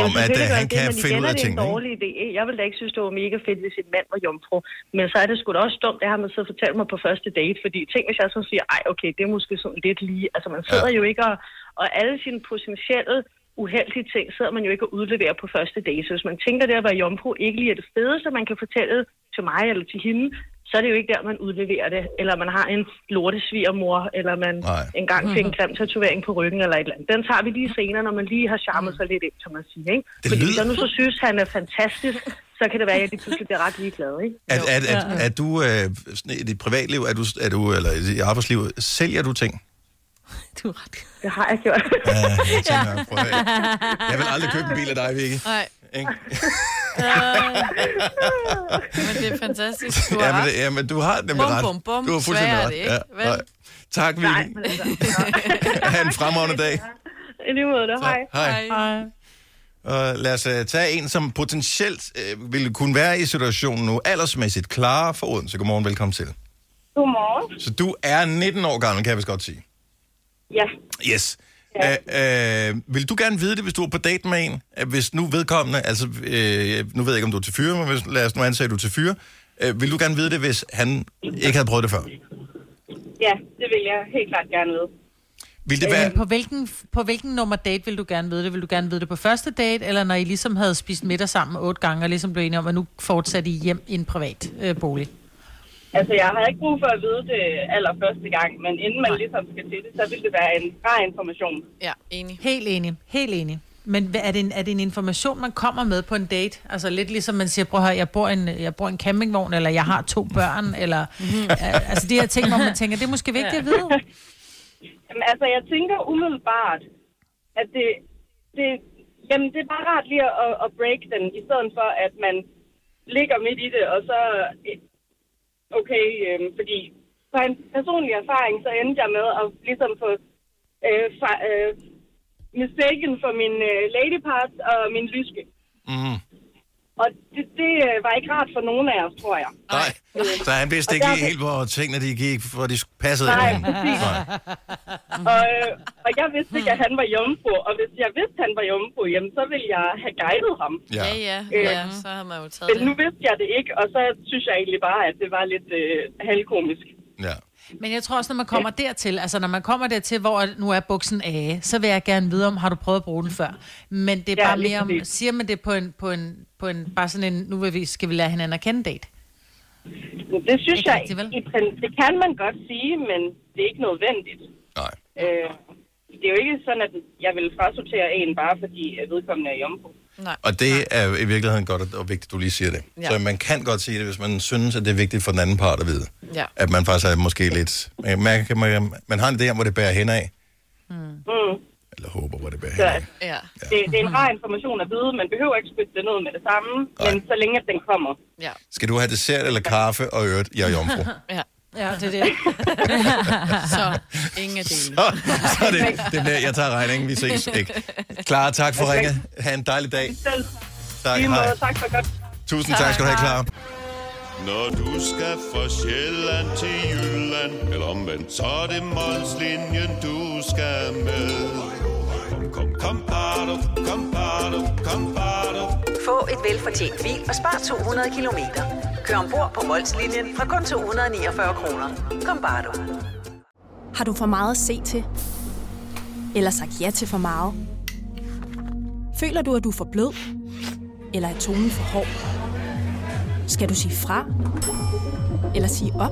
om, at øh,
selvfølgelig gør
han
det,
kan
men igen
finde ud
er
af
det
tingene.
en
ikke?
dårlig idé. Jeg ville da ikke synes, det var mega fedt, hvis en mand var jomfru. Men så er det sgu da også dumt, det har man så fortalt mig på første date. Fordi tænk, hvis jeg så siger, ej, okay, det er måske sådan lidt lige. Altså, man sidder ja. jo ikke og, og alle sine potentielle uheldige ting sidder man jo ikke og udleverer på første date. Så hvis man tænker, det at være jomfru ikke lige er det fedeste, man kan fortælle til mig eller til hende, så er det jo ikke der, man udleverer det. Eller man har en lortesvigermor, eller man Nej. engang fik en grim tatovering på ryggen, eller et eller andet. Den tager vi lige senere, når man lige har charmet sig lidt ind, som man siger. Ikke?
Det
Fordi
lyder-
hvis jeg nu så synes, han er fantastisk, så kan det være, at jeg lige pludselig bliver ret ligeglad. Ikke?
At, at, at, at, du øh, sådan i dit privatliv, er du, er du, eller i dit arbejdsliv, sælger du ting?
Det har jeg gjort.
Ja. Jeg vil aldrig købe en bil af dig, Vicky.
Nej.
Ikke?
Men det er fantastisk. Du har
Ja, men,
ret.
det- ja, men du har nemlig
Bum,
ret.
bum, bum.
Du har fuldstændig
Sværere er
ret.
det ikke, vel?
nej. Tak, Vicky. Ha' en fremragende dag.
I lige måde, da. Hej.
Hej.
Hej.
Og lad os øh, tage en, som potentielt øh, ville kunne være i situationen nu, aldersmæssigt klar for Odense. Godmorgen, velkommen til.
Godmorgen.
Så du er 19 år gammel, kan jeg vist godt sige.
Ja.
Yes. Ja. Øh, øh, vil du gerne vide det, hvis du er på date med en? At Hvis nu vedkommende, altså øh, nu ved jeg ikke, om du er til fyre, men hvis, lad os nu ansætte, du er til fyre. Øh, vil du gerne vide det, hvis han ikke havde prøvet det før?
ja, det vil jeg helt klart gerne vide.
Vil det være...
Øh,
Men Øh, på hvilken, på hvilken nummer date vil du gerne vide det? Vil du gerne vide det på første date, eller når I ligesom havde spist middag sammen otte gange, og ligesom blev enige om, at nu fortsatte I hjem i en privat øh, bolig?
Altså, jeg har ikke brug for at vide det allerførste gang, men inden man ligesom skal til det, så vil det være en rar information.
Ja, enig.
Helt enig, helt enig. Men hvad- er det, en, er det en information, man kommer med på en date? Altså lidt ligesom man siger, prøv at høre, jeg bor i en, jeg bor i en campingvogn, eller jeg har to børn, eller...
Mhm.
Øh, altså de her ting, hvor man tænker, det er måske vigtigt at vide.
Jamen, altså, jeg tænker umiddelbart, at det, det, jamen, det er bare rart lige at, at break den, i stedet for, at man ligger midt i det, og så, øh, okay, øh, fordi på en personlig erfaring, så endte jeg med at ligesom få øh, fra, øh, mistaken for min øh, ladyparts og min lyske.
Mm.
Og det, det øh, var ikke rart for nogen af os, tror jeg.
Nej. Så han vidste
Og
ikke lige
derfor-
helt, hvor tingene de gik, hvor de passede.
Nej,
ind.
præcis.
Nej.
Og, øh, og jeg vidste ikke, at han var jomfru, og hvis jeg vidste, at han var jomfru, jamen, så ville jeg have guidet ham. Øh,
Ja, ja, ja, så har man jo taget
Men nu
det.
vidste jeg det ikke, og så synes jeg egentlig bare, at det var lidt øh, halvkomisk.
Men jeg tror også, når man kommer dertil, altså når man kommer dertil, hvor at nu er buksen af, så vil jeg gerne vide om, har du prøvet at bruge den før? Men det er
Ja,
bare
lige
mere om,
præcis.
siger man det på en, på en, på en bare sådan en, nu vil vi, skal vi lære hinanden at kende date?
Men det synes jeg, i, prin- det kan man godt sige, men det er ikke nødvendigt.
Nej.
Øh, det er jo ikke sådan, at jeg vil frasortere en bare, fordi øh, vedkommende er jomfru.
Nej.
Og det er i virkeligheden godt og- og vigtigt, at du lige siger det.
Ja.
Ja. Så man kan godt sige det, hvis man synes, at det er vigtigt for den anden part at vide.
Ja.
At man faktisk er måske lidt... Man, man, man, man har en idé om, hvor det bærer hen af.
Mm.
Eller håber, hvor det bærer hen
Så
af.
ja.
det, det er en rar information at vide. Man behøver ikke spytte det ned med det samme, men så længe at den kommer.
Ja.
Skal du have dessert eller kaffe og øret? Jeg er jomfru.
ja.
Ja, det er det.
så ingen af delene.
Så, så er det, det bliver, jeg tager regningen, vi ses ikke. Klar, tak for ringet. Ha' en dejlig dag. Tak,
Lige måde,
hej.
tak for godt.
Tusind tak skal du have, Clara.
Når du skal fra Sjælland til Jylland, eller omvendt, så er det Molslinjen, du skal med. Kom, kom, kom, bado, kom, bado, kom, bado.
Få et velfortjent bil og spar 200 kilometer. Kør ombord på Molslinjen fra kun 249 kroner. Kom bare du.
Har du for meget at se til? Eller sagt ja til for meget? Føler du, at du er for blød? Eller er tonen for hård? Skal du sige fra? Eller sige op?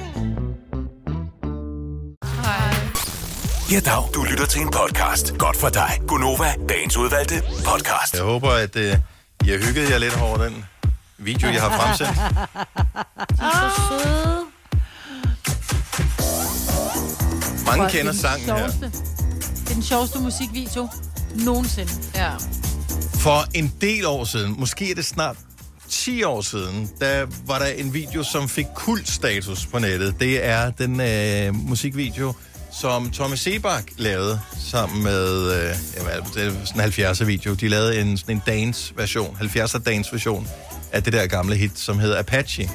Ja, dag. Du lytter til en podcast. Godt for dig. Gunova, dagens udvalgte podcast.
Jeg håber, at øh, I har hygget jer lidt over den video, jeg har fremsendt.
De er så søde.
Mange
Det er
kender
den
sangen her.
sjoveste- Det er den sjoveste musikvideo nogensinde.
Ja.
For en del år siden, måske er det snart 10 år siden, der var der en video, som fik kultstatus på nettet. Det er den øh, musikvideo, som Tommy Sebak lavede sammen med, øh, jamen, det er sådan en 70'er video. De lavede en, sådan en dance version, 70'er dance version af det der gamle hit, som hedder Apache.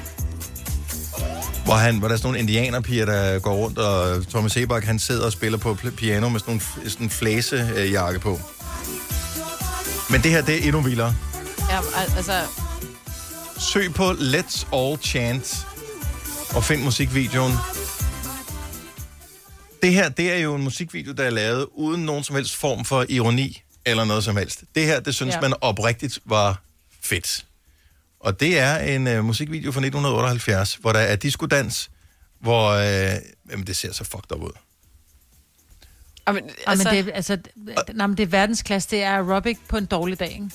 Hvor, han, hvor der er sådan nogle indianerpiger, der går rundt, og Tommy Sebak, han sidder og spiller på pl- piano med sådan en, sådan en flæsejakke på. Men det her, det er endnu vildere.
ja al- altså,
Søg på Let's All Chant og find musikvideoen. Det her, det er jo en musikvideo, der er lavet uden nogen som helst form for ironi eller noget som helst. Det her, det synes
Ja.
ja. man oprigtigt var fedt. Og det er en øh, musikvideo fra 1978, hvor der er diskodans, hvor... Øh, jamen, det ser så fucked up ud.
Jamen,
altså, det, er- altså, d- nej, men det er verdensklasse, det er aerobic på en dårlig dag, ikke?
Men-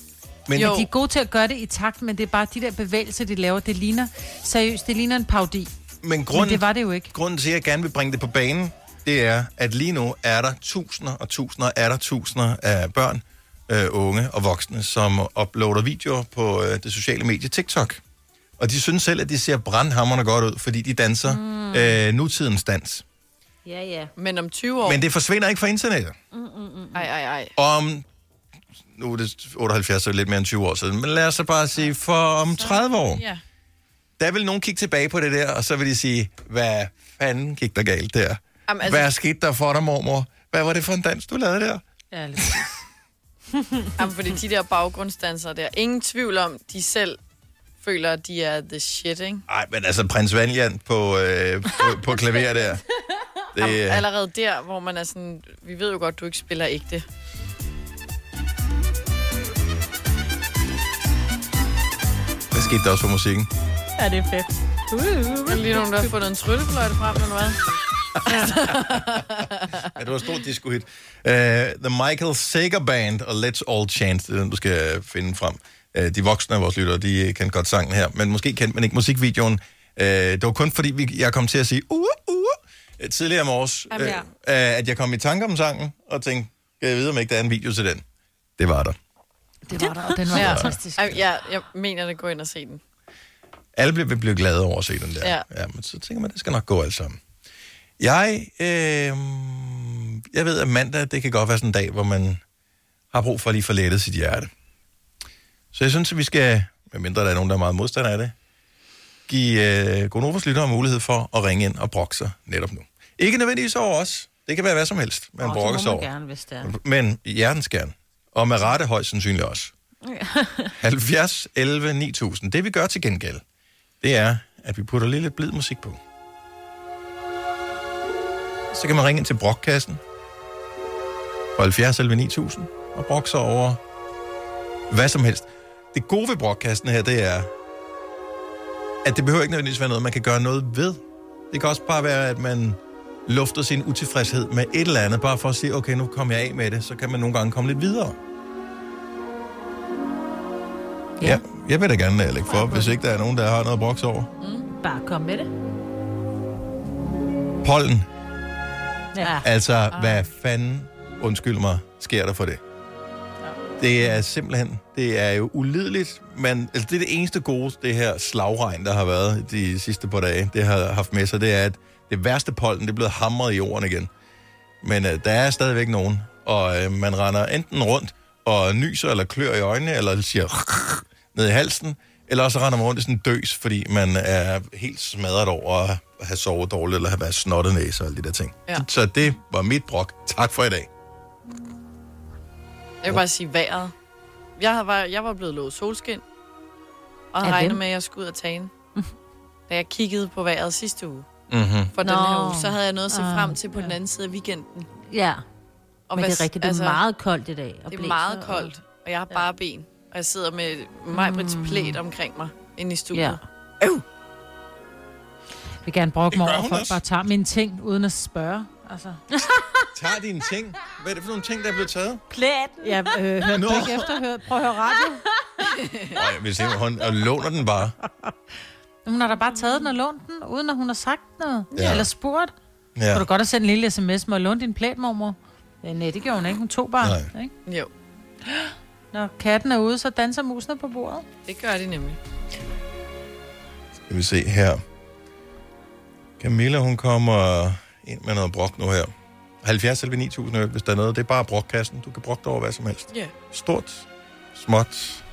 Men,
Jo.
men de er gode til at gøre det i takt, men det er bare de der bevægelser, de laver, det ligner, seriøst, det ligner en paudi.
Men, grunden,
men det var det jo ikke.
Grunden til, at jeg gerne vil bringe det på banen, det er, at lige nu er der tusinder og tusinder er der tusinder af børn, øh, unge og voksne, som uploader videoer på øh, det sociale medie TikTok. Og de synes selv, at de ser brandhammerne godt ud, fordi de danser
Mm.
mm. øh, nutidens dans.
ja, ja. Men om 20 år...
Men det forsvinder ikke fra internettet.
Mm, mm, mm. Ej, ej, ej.
Om, nu er det 78, så er det lidt mere end 20 år siden, men lad os så bare sige, for om 30 år,
Ja.
der vil nogen kigge tilbage på det der, og så vil de sige, hvad fanden gik der galt der?
Jamen,
Altså...
altså-
Hvad skete der for dig, mormor? Hvad var det for en dans, du lavede der?
Ja,
Jamen, fordi de der baggrundsdansere der, ingen tvivl om, de selv føler, at de er the shit, ikke?
Nej, men altså, prins Valiant på, øh, på, på klaver der. Det, øh,
Allerede der, hvor man er sådan, vi ved jo godt, du ikke spiller ægte.
hvad skete der også for musikken?
Ja, det er fedt. Uh, er lige nogen, der har fundet en tryllefløjte frem, eller hvad?
Ja, det var et stort disco-hit. Uh, the Michael Sager Band og Let's All Chant, det er den, du skal finde frem. Uh, de voksne af vores lyttere, de øh, kendte godt sangen her, men måske kendte man ikke musikvideoen. Uh, det var kun fordi, vi, jeg kom til at sige, uh, uh, øh, tidligere om års,
Jamen, ja.
øh, øh, at jeg kom i tanke om sangen, og tænkte, kan jeg vide, om ikke der er en video til den? Det var der.
Det var der, og den var altså
ja.
fantastisk.
Ej, Ja, jeg mener, at gå ind og se den.
Alle blev, blev glade over at se den der.
Ja.
ja. men så tænker man, det skal nok gå alt sammen. Jeg, øh, jeg ved, at mandag, det kan godt være sådan en dag, hvor man har brug for at lige få lettet sit hjerte. Så jeg synes, at vi skal, medmindre der er nogen, der er meget modstander af det, give øh, Gonovas lyttere mulighed for at ringe ind og brokke sig netop nu. Ikke nødvendigvis over os. Det kan være hvad som helst, man oh,
Åh, det
brokker sig
må man
over.
gerne, hvis det er.
Men hjertens gerne. Og med rette højst sandsynligt også. 70 11 9000. Det vi gør til gengæld, det er, at vi putter lige lidt blid musik på. Så kan man ringe ind til brokkassen på 70 11 9000 og brokke sig over hvad som helst. Det gode ved brokkassen her, det er, at det behøver ikke nødvendigvis være noget, man kan gøre noget ved. Det kan også bare være, at man lufter sin utilfredshed med et eller andet, bare for at sige, okay, nu kommer jeg af med det, så kan man nogle gange komme lidt videre. Ja. Jeg, jeg vil da gerne lægge for, hvis ikke der er nogen, der har noget broks over.
Bare kom med det.
Pollen.
Ja.
Altså, hvad fanden, undskyld mig, sker der for det? Det er simpelthen, det er jo ulideligt, men altså, det er det eneste gode, det her slagregn, der har været de sidste par dage, det har haft med sig, det er, at det værste pollen, det er blevet hamret i jorden igen. Men øh, der er stadigvæk nogen, og øh, man render enten rundt og nyser eller klør i øjnene, eller siger ned i halsen, eller også render man rundt i sådan en døs, fordi man er helt smadret over at have sovet dårligt, eller have været snottet næse og alle de der ting.
Ja.
Så det var mit brok. Tak for i dag.
Jeg vil bare sige vejret. Jeg, havde, var- jeg var blevet lovet solskin, og havde
Af
regnet
hvem?
med, at jeg skulle ud af tagen. da jeg kiggede på vejret sidste uge
Mm-hmm.
for Nå. den
Nå.
her uge, så havde jeg noget at se
Ah,
frem til på den anden side af weekenden.
Ja. Og Men
hvad-
det er rigtigt, det er altså, meget koldt i dag. Og
Det er
blæser
meget
og-
koldt, og jeg har bare ben. Og jeg sidder med Majbrits mm. plæt omkring mig inde i studiet.
Ja.
Ja.
Jeg vil gerne brokke mig
Det gør
over, at
hun
folk
også.
bare tager mine ting uden at spørge. Altså.
Tag dine ting. Hvad er det for nogle ting, der er blevet taget?
Pletten.
Ja, øh, hørte
Nå.
du ikke efter? Hør, prøv at høre radio.
Nej, hvis ikke, hun og låner den bare.
Hun har da bare taget den og lånt den, uden at hun har sagt noget.
Ja.
Ja. Eller spurgt.
Ja.
Ja. Kunne du godt have sendt en lille sms med at låne din plæt, mormor? Ja, nej, det gjorde hun ikke. Hun tog bare.
Nej.
Ikke? Jo. Når katten er ude, så danser musene på bordet.
Det gør de nemlig.
Skal vi se her. Camilla, hun kommer ind med noget brok nu her. 70 eller 9000 øl, hvis der er noget. Det er bare brokkassen. Du kan brokke dig over hvad som helst.
Ja.
Stort, småt,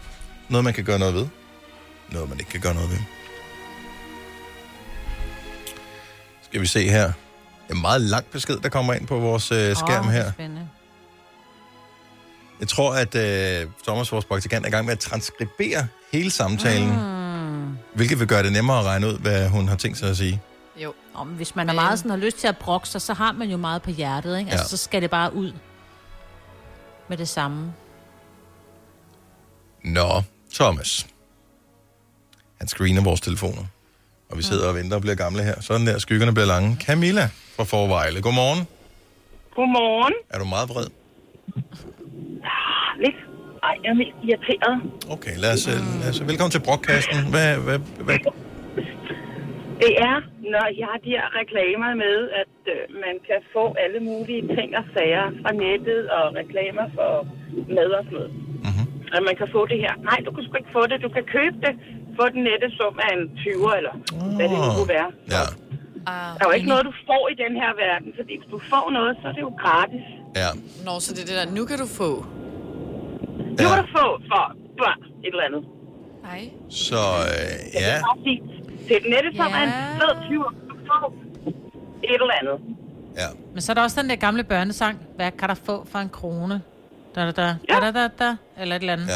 noget man kan gøre noget ved. Noget man ikke kan gøre noget ved. Skal vi se her. En meget lang besked, der kommer ind på vores øh, skærm
Åh, det
her.
er Spændende.
Jeg tror, at øh, Thomas, vores praktikant, er i gang med at transkribere hele samtalen. Mm. Hvilket vil gøre det nemmere at regne ud, hvad hun har tænkt sig at sige.
Jo.
Om, hvis man er meget sådan, har lyst til at brokke sig, så har man jo meget på hjertet, ikke? Altså,
Ja.
så skal det bare ud med det samme.
Nå, Thomas. Han screener vores telefoner. Og vi sidder og venter og bliver gamle her. Sådan der, skyggerne bliver lange. Camilla fra Forvejle. Godmorgen.
Godmorgen.
Er du meget vred?
Ah, Lidt. Ej, jeg er mest irriteret.
Okay, lad os, øh, lad os, velkommen til brokkasten. Hvad, hvad, hvad?
Det er, når jeg har de her reklamer med, at øh, man kan få alle mulige ting og sager fra nettet og reklamer for mad og sådan noget.
Mhm.
Mm-hmm. At man kan få det her. Nej, du kan sgu ikke få det. Du kan købe det for den nette sum af en 20'er, eller oh. hvad det nu kunne være.
Ah, Ja.
Der er jo ikke noget, du får i den her verden, fordi hvis du får noget, så er det jo gratis.
Ja.
Nå, så det er det der, nu kan du få.
Nu kan du få for bør, et eller andet.
Nej.
Så øh, ja,
Det er den nette sum af en fed 20'er, du får et eller andet.
Men så er der også den der gamle børnesang. Hvad kan der få for en krone? Da, da, da, da, da, da, da, eller et eller andet.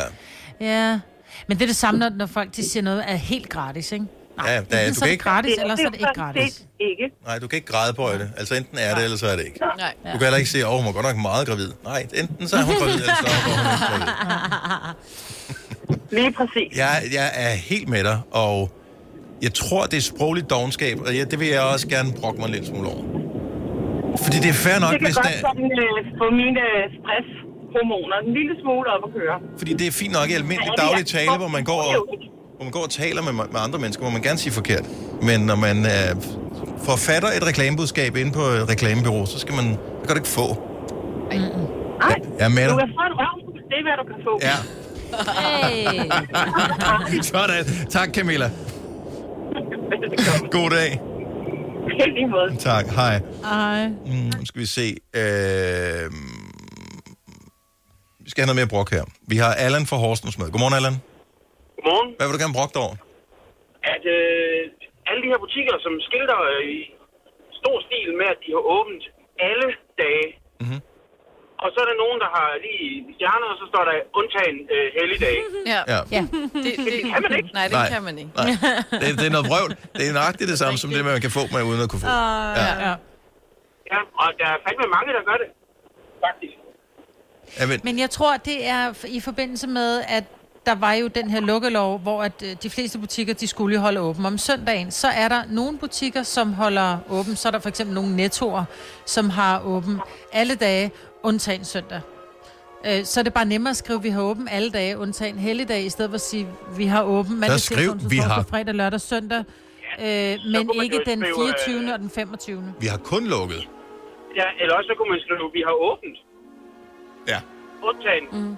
Ja. ja. Men det er det samme, når, når folk de siger noget er helt gratis, ikke?
ja der, er-
Enten
du
så
kan
er det
ikke,
gratis, eller så er det ikke
sådan
gratis.
set ikke.
nej, du kan ikke grædebøje det. Altså enten er det, eller så er det ikke.
Nej.
Du kan heller ikke se, at oh, hun er godt nok meget gravid. Nej, enten så er hun gravid, eller så er hun ikke gravid.
Lige præcis.
Jeg, jeg er helt med dig, og jeg tror, det er sprogligt dogenskab, og jeg, det vil jeg også gerne brokke mig en lille smule over. Fordi det er fair nok,
det kan
hvis
godt
der,
sådan, øh, få mine øh, stresshormoner en lille smule op at køre.
fordi det er fint nok i almindelig
Ja, det er-
daglig tale, hvor man går og, hvor man går og taler med, med andre mennesker, må man gerne sige forkert. Men når man øh, forfatter et reklamebudskab ind på et reklamebyrå, så skal man det kan du ikke få.
Nej,
Jeg er med
du
dig.
kan få en røvfuld, det er, hvad du kan få.
Ja.
Hey.
Sådan. Tak, Camilla. God dag.
Helt i måde.
Tak. Hej.
Ej.
Mm, skal vi se. Øh... Vi skal have noget mere brok her. Vi har Allan fra Horsens med. Godmorgen, Allan.
Godmorgen.
Hvad vil du gerne brokke dig over?
At øh, alle de her butikker, som skilter øh, i stor stil med, at de har åbent alle dage. Mm-hmm. Og så er der nogen, der har lige stjerner, og så står der undtagen øh, helligdag.
Ja.
Ja.
ja. Det, det, det kan man ikke. Nej, det
Nej.
kan man ikke.
Nej. Det, det er noget vrøvl. Det er nøjagtigt det samme som det, man kan få med uden at kunne få.
ja. ja.
Ja, og der er fandme mange, der gør det. Faktisk.
Ja, men,
Men jeg tror, det er f- i forbindelse med, at der var jo den her lukkelov, hvor at øh, de fleste butikker, de skulle jo holde åben om søndagen. Så er der nogle butikker, som holder åben. Så er der for eksempel nogle nettoer, som har åben alle dage, undtagen søndag. Øh, Så er det bare nemmere at skrive, at vi har åben alle dage, undtagen helligdag, i stedet for at sige, at vi har åben mandag,
skriv,
tirsdag, onsdag,
vi
torsdag,
har.
fredag, lørdag, søndag, øh, men
kunne man
ikke
jo
den
skrive, øh,
24. og den 25.
vi har kun lukket.
Ja, eller også så kunne man skrive, at vi har åbent.
Ja.
Undtagen mm.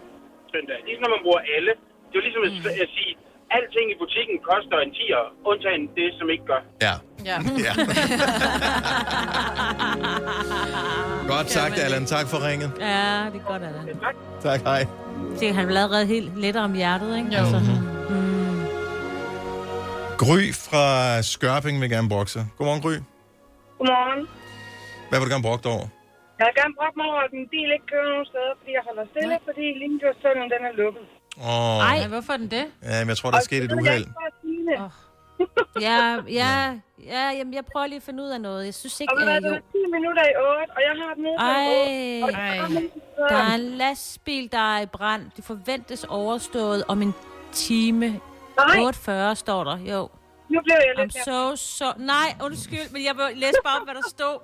søndag. Ligesom når man bruger alle. Det er jo ligesom
Mm.
at, s- at sige, alting i butikken koster en 10'er, undtagen det, som ikke gør.
Ja.
Ja.
ja. Godt sagt, Allan. Tak for ringet.
Ja, det er godt, Anna.
Tak, hej.
Det han vel allerede helt lettere om hjertet, ikke? Jo. Altså.
Mhm. Gry fra Skørping vil gerne brokke sig. Godmorgen, Gry.
Godmorgen.
Hvad vil du gerne brokke dig over?
Jeg vil gerne brokke mig over, at min bil ikke kører nogen steder, fordi jeg holder stille, fordi Limfjordstunnelen den er lukket.
Åh,
Ej, hvorfor er den det?
ja, men jeg tror, der er sket et uheld.
Oh.
Ja, ja, ja, jamen, jeg prøver lige at finde ud af noget. Jeg synes
Og
ikke,
ved du hvad,
jeg
det
jo.
var 10 minutter i 8, og jeg har den nede
Ej,
og det
ej.
kommer ikke til at-
Der er en lastbil, der er i brand. Det forventes overstået om en time. 8.40 står der, jo.
Nu blev jeg
I'm so, so... Nej, undskyld, men jeg vil læse bare, op, hvad der stod.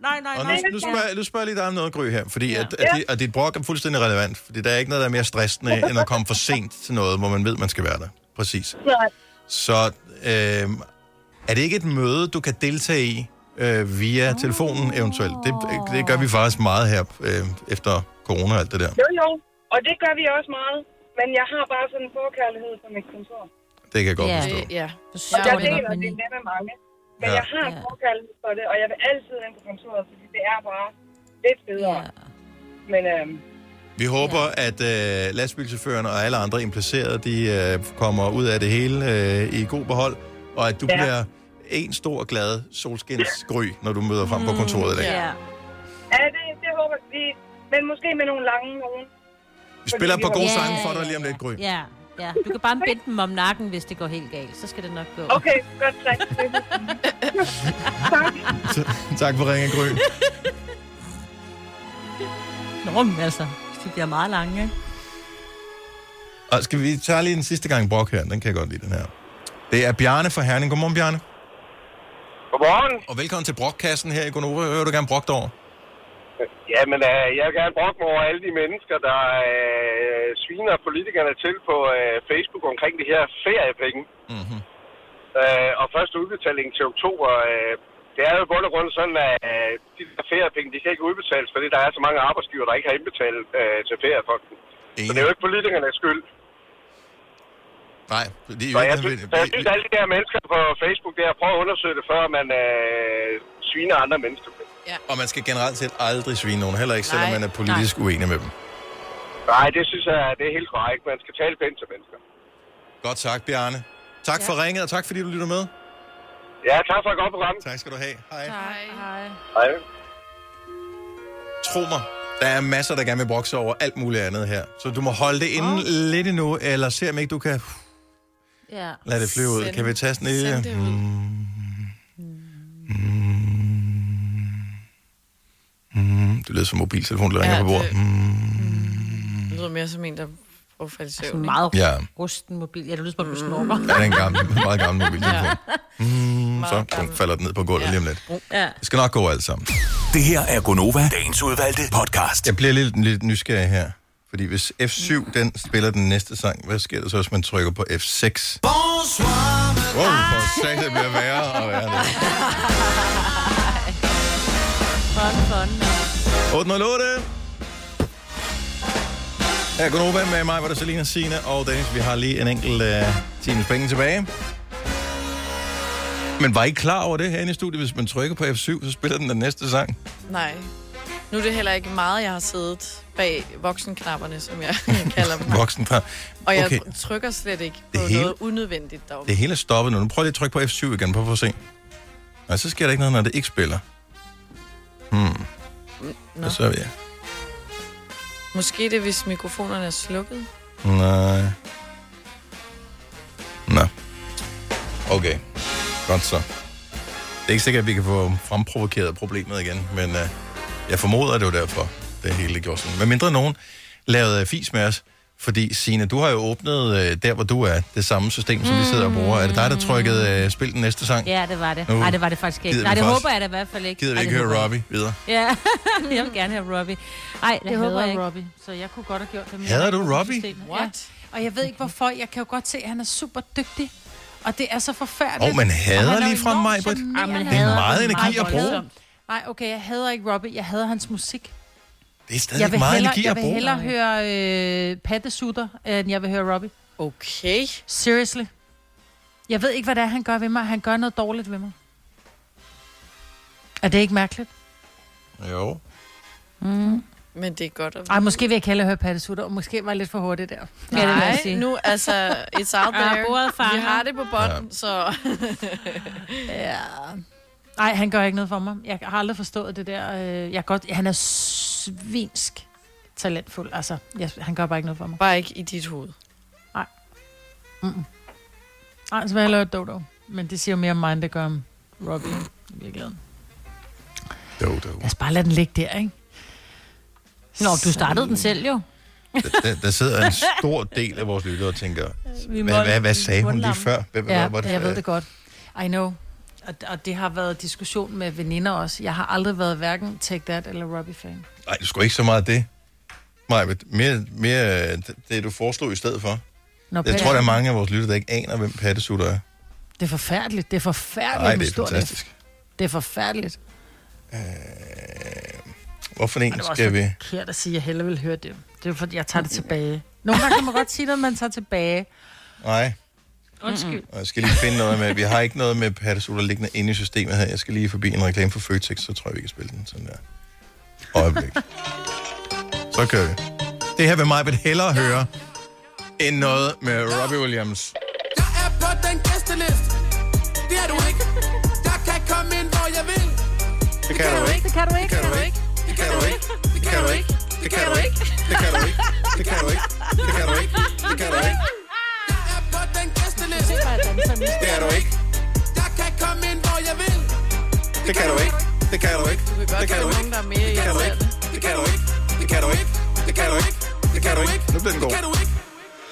nej, nej,
Og
nej.
nu, nu, spørger, nu spørger jeg lige dig om noget, Gry, her. Fordi ja. at, at,
Ja.
det, at dit brok er fuldstændig relevant. Fordi der er ikke noget, der er mere stressende, end at komme for sent til noget, hvor man ved, man skal være der. Præcis. Så øh, er det ikke et møde, du kan deltage i øh, via telefonen eventuelt? Det, det gør vi faktisk meget her øh, efter corona og alt det der.
Jo, jo. Og det gør vi også meget. Men jeg har bare sådan en forkærlighed for mit kontor.
Det kan jeg godt
Ja.
forstå.
Ja.
Og jeg
Ja,
deler
men-
det med, med mange. Men
Ja.
ja. jeg har en forkærlighed for det, og jeg vil altid ind på kontoret, fordi det er bare lidt bedre. Ja. Men øhm,
Vi håber, at øh, lastbilchaufføren og alle andre implicerede, de øh, kommer ud af det hele øh, i god behold, og at du ja.
Ja.
bliver en stor glad solskinsgry, når du møder frem på kontoret i dag.
Mm, Ja, ja det, det håber vi. Men måske med nogle lange nogen.
Vi spiller
Fordi
på
vi
gode
har-
sange for dig lige om lidt, Gry.
Ja, ja. Du kan bare binde dem om nakken, hvis det går helt galt. Så skal det nok gå.
Okay, godt tak.
tak for ringen, Gry.
Nå, men altså, de bliver meget lange, ikke?
Og skal vi tage lige den sidste gang brok her? Den kan jeg godt lide, den her. Det er Bjarne fra Herning. Godmorgen, Bjarne.
Godmorgen.
Og velkommen til brokkassen her i Gonova. Hører du gerne brokt over?
Jamen, øh, jeg vil gerne brokke mig over alle de mennesker, der øh, sviner politikerne til på øh, Facebook omkring det her feriepenge.
Mm-hmm.
Øh, og første udbetaling til oktober, øh, det er jo i bund og grund sådan, at øh, de der feriepenge, de kan ikke udbetales, fordi der er så mange arbejdsgiver, der ikke har indbetalt øh, til feriefonden. Så det er jo ikke politikernes skyld.
Nej, det er
Så
jo
jeg
ikke
synes,
nødvendigt.
så jeg synes alle de der mennesker på Facebook der, prøv at undersøge det, før man øh, sviner andre mennesker.
Og man skal generelt set aldrig svine nogen, heller ikke selvom man er politisk uenig med dem.
Nej, det synes jeg, det er helt korrekt. Man skal tale pænt til mennesker.
Godt sagt, Bjarne. Tak for ringet, og tak fordi du lytter med.
Ja, tak for et godt program.
Tak skal du have. Hej.
Hej. Hej.
Hej.
Tro mig, der er masser, der gerne vil brokse over alt muligt andet her. Så du må holde det inde oh. lidt endnu, eller se om ikke du kan
Ja.
lade det flyve ud.
Send-
Kan vi tage sådan en
send det
lille...
ud.
Mm, det lyder som mobiltelefon, der ringer ja,
Ja,
på bordet.
det- Det lyder mere som en, der prøver at falde i
Sådan
søvn.
Altså meget
Mm. Ja.
rusten mobil. Ja, det lyder som om, du
Mm.
snorker.
Ja, det er en gammel, meget gammel mobiltelefon. Mm, så pum, falder den ned på gulvet ja. lige om lidt.
Ja.
Det skal nok gå alt sammen.
Det her er Gonova, dagens udvalgte podcast.
Jeg bliver lidt, lidt nysgerrig her. Fordi hvis F7, den spiller den næste sang, hvad sker der så, hvis man trykker på F6?
Bonsoir,
Wow, for satan, det bliver værre og værre. det.
Fun, fun.
808. Her er Gunova med mig, hvor der Selina Sine og Dennis. Vi har lige en enkelt uh, times penge tilbage. Men var I klar over det herinde i studiet? Hvis man trykker på F7, så spiller den den næste sang.
Nej. Nu er det heller ikke meget, jeg har siddet bag voksenknapperne, som jeg kalder dem.
Voksen par.
Og jeg
Okay,
trykker slet ikke på
Det hele-
noget unødvendigt dog.
det hele er stoppet nu. Nu prøv lige at trykke på F7 igen, prøv at få at se. Nej, så sker der ikke noget, når det ikke spiller. Hmm,
Nå.
hvad så er jeg?
Måske det, er, hvis mikrofonerne er slukket.
Nej. Nå. Okay. Godt så. Det er ikke sikkert, at vi kan få fremprovokeret problemet igen, men øh, jeg formoder, at det var derfor, det hele gjorde sådan. Men mindre nogen lavede øh, fis med os, fordi Signe, du har jo åbnet øh, der, hvor du er, det samme system, som vi sidder og bruger. Er det dig, der trykkede øh, spil den næste sang?
Ja, det var det.
Nu
Nej, det var det faktisk ikke.
Uh. gider
Nej,
vi
det
faktisk-
håber jeg da i hvert fald ikke.
Gider vi
Ej, det
ikke
håber jeg
høre Robbie videre?
Ja, jeg vil gerne have Robbie. Nej,
Jeg hader Robbie, så jeg kunne godt have gjort det. men
Hader
jeg
du
har ikke
Robbie?
systemet. Ja. Og jeg ved ikke hvorfor. Jeg kan jo godt se, at han er super dygtig. Og det er så forfærdeligt.
Åh, men
Og han
hader
er jo
lige fra
enormt
mig, Britt.
charmerende.
Ej, men Det er hader meget er energi meget at bruge. voldsomt.
Nej, okay, jeg hader ikke Robbie. Jeg hader hans musik.
Det er stadig
Jeg vil,
meget
hellere,
energi
jeg
at
vil
bruge.
hellere høre øh, pattesutter, end jeg vil høre Robbie.
Okay.
Seriously. Jeg ved ikke, hvad det er, han gør ved mig. Han gør noget dårligt ved mig. Er det ikke mærkeligt?
Jo.
Mm.
Men det er godt at
Ej, måske vil jeg ikke hellere høre pattesutter, og måske var jeg lidt for hurtig der.
Nej,
Ja, det vil jeg
ja,
sige.
nu altså, it's
Ah,
out there.
bordet
Vi
fanger.
har det på bånd, ja. så...
ja. Nej, han gør ikke noget for mig. Jeg har aldrig forstået det der. øh, Jeg kan godt, han er svinsk talentfuld. Altså, jeg, han gør bare ikke noget for mig.
Bare ikke i dit hoved.
Nej. Mm-mm. Nej, så vil jeg hellere høre Dodo. Men det siger jo mere om mig, end det gør om Robbie. I virkeligheden.
Dodo.
Lad os bare lade den ligge der, ikke?
Nå, du startede den selv jo.
Der, der sidder en stor del af vores lyttere og tænker,
Vi
hvad,
må-
hvad, hvad
vi
sagde hun lige
mundlamme.
før? Hvad, hvad
Ja,
var det?
jeg ved det godt. I know. Og, og det har været diskussion med veninder også. Jeg har aldrig været hverken Take That eller Robbie-fan.
Nej, du skulle ikke så meget det. Nej, mere, mere øh, det, du foreslog i stedet for.
Nå,
Nå, jeg
Palle-
tror, der er mange af vores lytter, der ikke aner, hvem pattesutter er.
Det er forfærdeligt. Det er forfærdeligt.
Nej,
med
det er
stor F.
fantastisk.
Det er forfærdeligt.
Hvorfor
Og
en
det var
skal
også
vi...
forkert at sige, at jeg hellere vil høre det. Det er fordi, jeg tager det tilbage. Nogle gange kan man godt sige noget, man tager tilbage.
Nej,
Mm.
Undskyld.
og jeg skal lige finde noget med... Vi har ikke noget med pattesutter liggende inde i systemet her. Jeg skal lige forbi en reklame for Føtex, så tror jeg, vi kan spille den sådan der. Øjeblik. så kører vi. Det her vil mig vil hellere høre, end noget med Robbie Williams.
er på den gæsteliste. Det er du ikke. Jeg kan komme ind, hvor jeg vil.
Det kan du ikke.
Det kan du ikke. Det kan du
ikke. Det kan du ikke. Det kan du ikke. Det kan du ikke. Det kan du ikke. Det kan du ikke. Det kan du ikke. Det kan du ikke. Jeg er på den gæsteliste. Det er du ikke. Jeg kan komme ind, hvor jeg vil. Det kan du ikke. Det kan du ikke. Det kan du ikke. Det kan du ikke. Det kan du ikke. Det kan du ikke. Det kan du ikke. Det kan du ikke.
Nu bliver den god.
Det kan du ikke.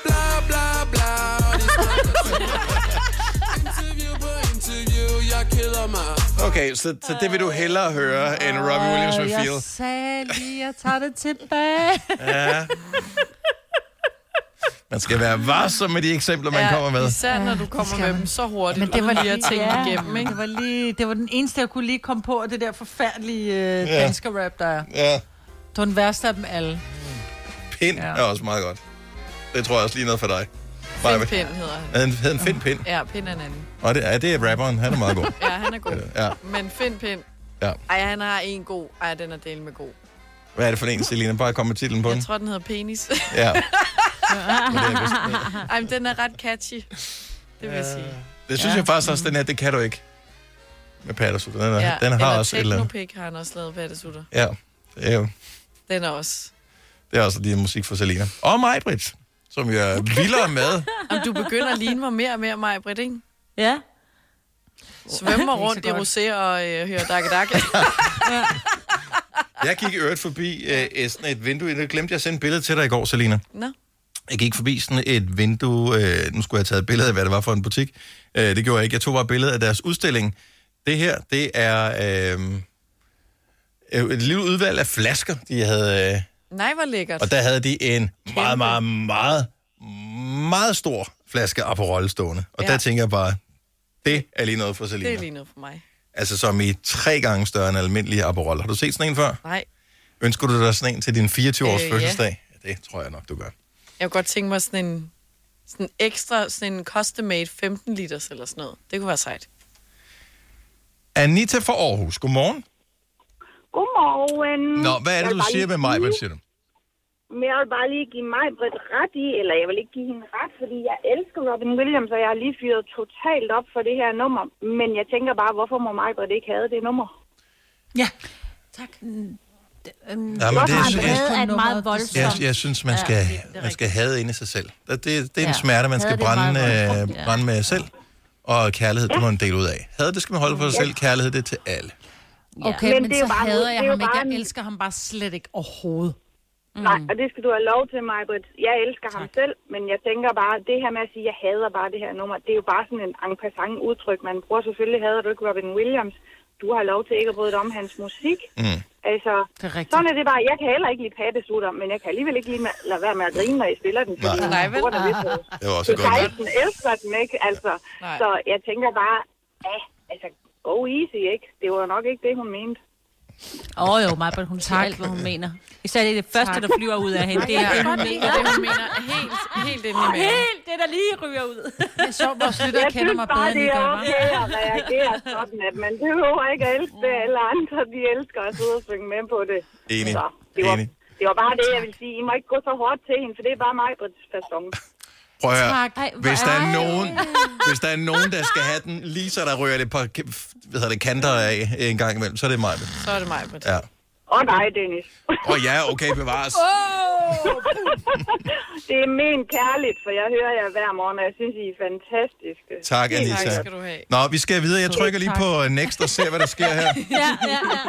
Bla bla bla. og de snakker. Interview på interview, jeg keder mig.
Okay, så, så det vil du hellere høre, end Robbie Williams med
Øh,
Feel.
Jeg sagde lige, jeg tager det tilbage.
Ja. Man skal være varsom med de eksempler, man kommer med.
Især når du kommer med dem så hurtigt, men det var lige at tænke ja. igennem, ikke?
Det var, lige, det var den eneste, jeg kunne lige komme på, og det der forfærdelige øh,
Ja.
danske rap, der er.
Ja.
Det var den værste af dem alle.
Pind ja. er også meget godt. Det tror jeg også lige noget for dig. Maja.
Pind hedder han.
Havde han, havde han Finn Pind?
Ja, Pind er en anden.
Og det, ja, det er rapperen. Han er meget god.
Ja, han er god.
Ja.
Men Find Pind.
Ja.
Ej, han har en god. Ej, den er del med god.
Hvad er det for en, Selina? Bare kom med titlen på den.
Jeg tror, den hedder Penis.
Ja.
Ej, men den er ret catchy. Det vil jeg sige.
Det synes
Ja.
ja. jeg faktisk også, den her, det kan du ikke. Med Patterson. Den, er, ja. den har
eller
også et eller andet.
Technopic har han også lavet pattesutter.
Ja, det er jo.
Den er også.
Det er også lige musik for Selina. Og mig, Britt, som jeg er vildere med.
Om du begynder at ligne mig mere og mere, mig, Britt, ikke?
Ja.
Svømmer
Det er
rundt i
ikke så
rosé og øh, hører dakke dakke.
Jeg gik i øvrigt forbi øh, sådan et vindue. Det glemte jeg at sende et billede til dig i går, Selina.
Nå.
Jeg gik forbi sådan et vindue. Øh, nu skulle jeg have taget et billede af, hvad det var for en butik. Øh, det gjorde jeg ikke. Jeg tog bare et billede af deres udstilling. Det her, det er øh, øh, et lille udvalg af flasker, de havde. Øh,
Nej, hvor lækkert.
og der havde de en meget, meget, meget, meget stor flaske Aperol stående. Og
Ja.
ja. der tænker jeg bare, det er lige noget for Selina.
Det er lige noget for mig.
Altså som i tre gange større end almindelige Aperol. Har du set sådan en før?
Nej.
Ønsker du dig sådan en til din 24-års
Øh,
øh,
ja.
fødselsdag? Ja. Det tror jeg nok, du gør.
Jeg kunne godt tænke mig sådan en sådan ekstra, sådan en custom-made 15 liters eller sådan noget. Det kunne være sejt.
Anita fra Aarhus, godmorgen.
Godmorgen.
Nå, hvad Mm. er
Jeg
det,
vil
du
bare
siger
lige
med mig? Hvad
sige-
siger du?
Men jeg vil bare lige give mig Britt ret i, eller jeg vil ikke give hende ret, fordi jeg elsker Robin Williams, og jeg har lige fyret totalt op for det her nummer. Men jeg tænker bare, hvorfor må mig Britt ikke have det nummer?
Ja.
Tak.
Mm, øhm,
Nej, men det er,
Hvorfor
jeg,
han havde et meget
jeg,
voldsomt...
jeg synes, man skal, man skal have inde i sig selv. Det, det, det er en
Ja.
smerte, man
Had
skal
det meget
brænde, øh,
voldsomt, ja.
brænde med selv. Og kærlighed, det må en del ud af. Had, det skal man holde for sig selv. Kærlighed, det er til alle.
Okay,
Men det
men, men
er
så
jo bare-
hader
det
jeg
er jo
ham ikke.
bare
Jeg
en-
elsker ham bare slet ikke overhovedet.
Mm. Nej, og det skal du have lov til, mig Britt. Jeg elsker ham selv, men jeg tænker bare, det her med at sige, jeg hader bare det her nummer, det er jo bare sådan en en passant udtryk, man bruger. Selvfølgelig hader du ikke Robin Williams. Du har lov til ikke at bryde dig om hans musik.
Mm.
Altså,
det er
sådan er det bare. Jeg kan heller ikke lide pattesutter, men jeg kan alligevel ikke lige ma- lade være med at grine, når I spiller den. Fordi
Nej.
Nej, vel?
Det var også
Så
et godt valg.
Tyson elsker den, ikke? Altså,
Nej.
så jeg tænker bare, ja, altså, go easy, ikke? Det var nok ikke det, hun mente.
Åh oh, jo, Majbert, hun siger alt, hvad hun mener. Især det, er det første,
Tak.
der flyver ud af hende. Det er
Ja.
det, hun
Og det,
mener.
hun
mener helt, helt ind
i maven. Helt det, der lige ryger ud.
Det er sjovt, vores lytter
jeg
kender mig bedre, end I
det er
gør, hva'?
okay at reagere sådan, at man behøver ikke at elske det, eller andre, de elsker at sidde og synge med på det.
Enig.
Så, det var,
Enig.
det var bare det, jeg ville sige. I må ikke gå så hårdt til hende, for det er bare mig, Brits fasong.
Prøv at høre.
Tak. Ej, hvor-
Hvis der er
ej.
nogen, hvis der er nogen, der skal have den, lige så der rører det på hvad hedder det, kanter af en gang imellem, så er det mig.
Så er det mig, Britt.
Ja.
Og dig, oh, Dennis.
Og ja, okay, bevares.
det er men kærligt, for jeg hører jer hver morgen, og jeg synes, I er fantastiske.
Tak,
Helt
Anita.
sikkert.
Nå, vi skal videre. Jeg trykker lige på next og ser, hvad der sker her.
Ja, ja, ja.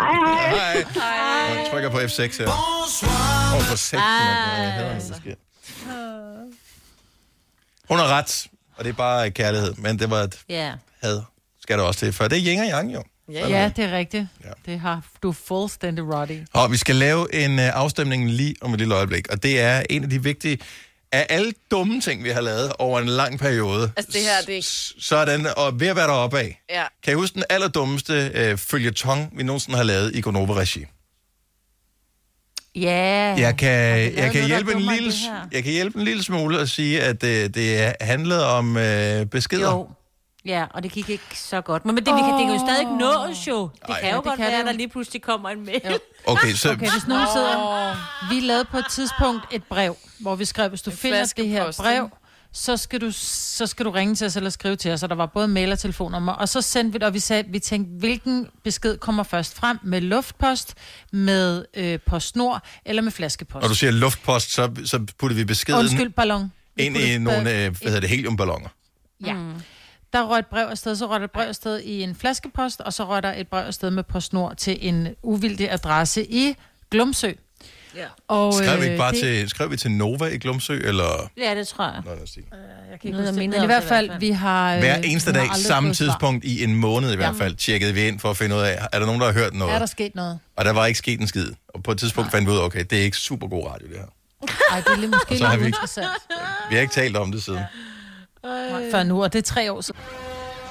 Hej, hej.
Hej. Og jeg trykker på F6 her. Åh, oh, for sæt,
Altså.
Hun har ret, og det er bare kærlighed, men det var et
Ja.
had. skal der også til, for det er yin og yang jo.
Ja, ja, det er rigtigt. Ja. Det har du fuldstændig ret i.
Og vi skal lave en øh, afstemning lige om et lille øjeblik, og det er en af de vigtige af alle dumme ting, vi har lavet over en lang periode.
Altså, det her, det er ikke...
Sådan, og ved at være deroppe af.
Ja.
Kan I huske den allerdummeste øh, følgetong, vi nogensinde har lavet i Gonova-regi?
Ja.
Jeg
Altså,
kan, jeg, kan
noget, der
hjælpe en
dummer end
lille,
det her?
jeg kan hjælpe en lille smule og sige, at øh, det, det handlede om øh, beskeder.
Jo. Ja, og det gik ikke så godt. Men, men det, vi kan, det kan jo stadig ikke nås jo. Det Ej. kan jo
Ja, det
godt
kan
kan være,
det.
at der lige pludselig kommer en mail. Jo.
Okay, så...
Okay, hvis nogen sidder... Vi lavede på et tidspunkt et brev, hvor vi skrev, hvis du finder det her
flaskepost,
brev,
ikke?
så skal, du, så skal du ringe til os eller skrive til os, og der var både mail og telefonnummer. Og så sendte vi det, og vi, sagde, vi tænkte, hvilken besked kommer først frem? Med luftpost, med øh, postnord eller med flaskepost?
Når du siger luftpost, så, så putter vi beskeden
Undskyld, ballon. Vi
ind
puttede
i nogle
bal-
øh, hvad hedder det, heliumballoner.
Ja. Mm. Der røg et brev afsted, så røg der et brev afsted i en flaskepost, og så røg der et brev afsted med postnord til en uvildig adresse i Glumsø.
Ja.
Og, øh,
Skrev vi ikke bare
det-
til, skrev vi til Nova i Glumsø, eller...
Ja, det tror jeg.
Nå, lad os sige.
Øh,
kan
Jeg
ikke
kan ikke
huske
huske
det,
men i hvert fald, vi har... øh,
Hver eneste
vi har
dag,
aldrig
samme
fået svar.
tidspunkt i en måned i hvert
Jamen.
fald, tjekkede vi ind for at finde ud af, er der nogen, der har hørt noget?
Er der sket noget?
Og der var ikke sket en skid. Og på et tidspunkt fandt vi ud af, okay, det er ikke super god radio, det her.
Nej, det er lidt- måske
Og så har
lidt
vi ikke-
interessant.
Vi har ikke talt om det siden.
Nej, Før nu, og det er tre år siden.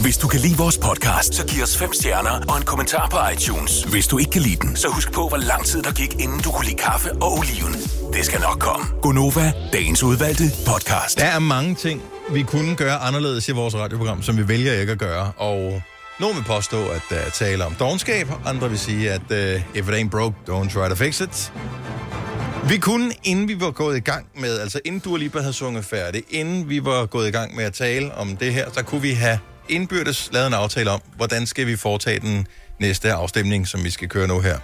Hvis du kan lide vores
podcast,
så
giv os fem stjerner og en kommentar på iTunes.
Hvis du ikke kan lide den,
Så husk på, hvor lang tid der gik, inden du kunne lide kaffe og oliven. Det skal nok komme.
Gonova, dagens udvalgte podcast.
Der er mange ting, vi kunne gøre anderledes i vores radioprogram, som vi vælger ikke at gøre. Og nogen vil påstå, at der er tale om dogenskab. Andre vil sige, at uh, if it ain't broke, don't try to fix it. Vi kunne, inden vi var gået i gang med, altså inden du lige havde sunget færdig, inden vi var gået i gang med at tale om det her, så kunne vi have indbyrdes lavet en aftale om, hvordan skal vi foretage den næste afstemning, som vi skal køre nu her.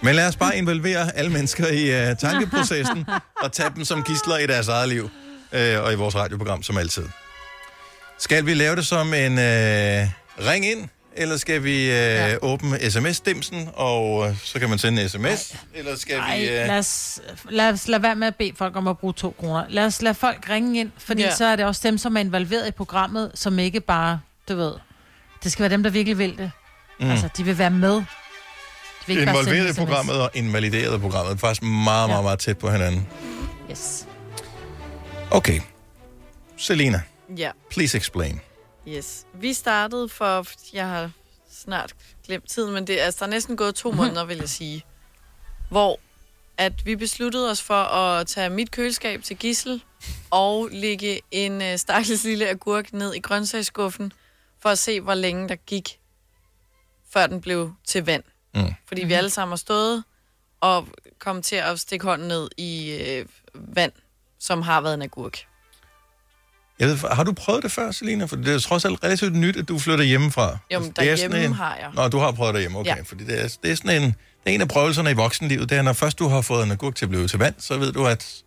Men lad os bare involvere alle mennesker i uh, tankeprocessen og tage dem som gidsler i deres eget liv øh, og i vores radioprogram som altid. Skal vi lave det som en øh, ring ind, eller skal vi øh, ja. åbne sms-dimsen, og øh, så kan man sende en sms, eller skal vi...
øh,
Ej, lad os, lad os lade være med at bede folk om at bruge to kroner. Lad os lade folk ringe ind, fordi
Ja.
ja. så er det også dem, som er involveret i programmet, som ikke bare, du ved... Det skal være dem, der virkelig vil det. Mm. Altså, de vil være med. De vil ikke bare sende
Involveret i
sms.
programmet og invalideret i programmet. Faktisk meget, meget, meget tæt på hinanden.
Yes.
Okay. Selina,
Ja,
please explain.
yes. Vi startede for, jeg har snart glemt tiden, men det er, altså, der er næsten gået to måneder, vil jeg sige, hvor at vi besluttede os for at tage mit køleskab til gissel og lægge en øh, stakkels lille agurk ned i grøntsagsskuffen for at se, hvor længe der gik, før den blev til vand.
Mm.
Fordi vi alle sammen har stået og kom til at stikke hånden ned i øh, vand, som har været en agurk.
Jeg ved, har du prøvet det før, Selina? For det er trods alt relativt nyt, at du flytter hjemmefra.
Jo, men
Altså, det er sådan
derhjemme
en...
har jeg.
Nå, du har prøvet derhjemme, okay.
Ja.
Ja. Fordi det er, det er sådan en, det er en af prøvelserne i voksenlivet, det er, når først du har fået en agurk til at blive til vand, så ved du, at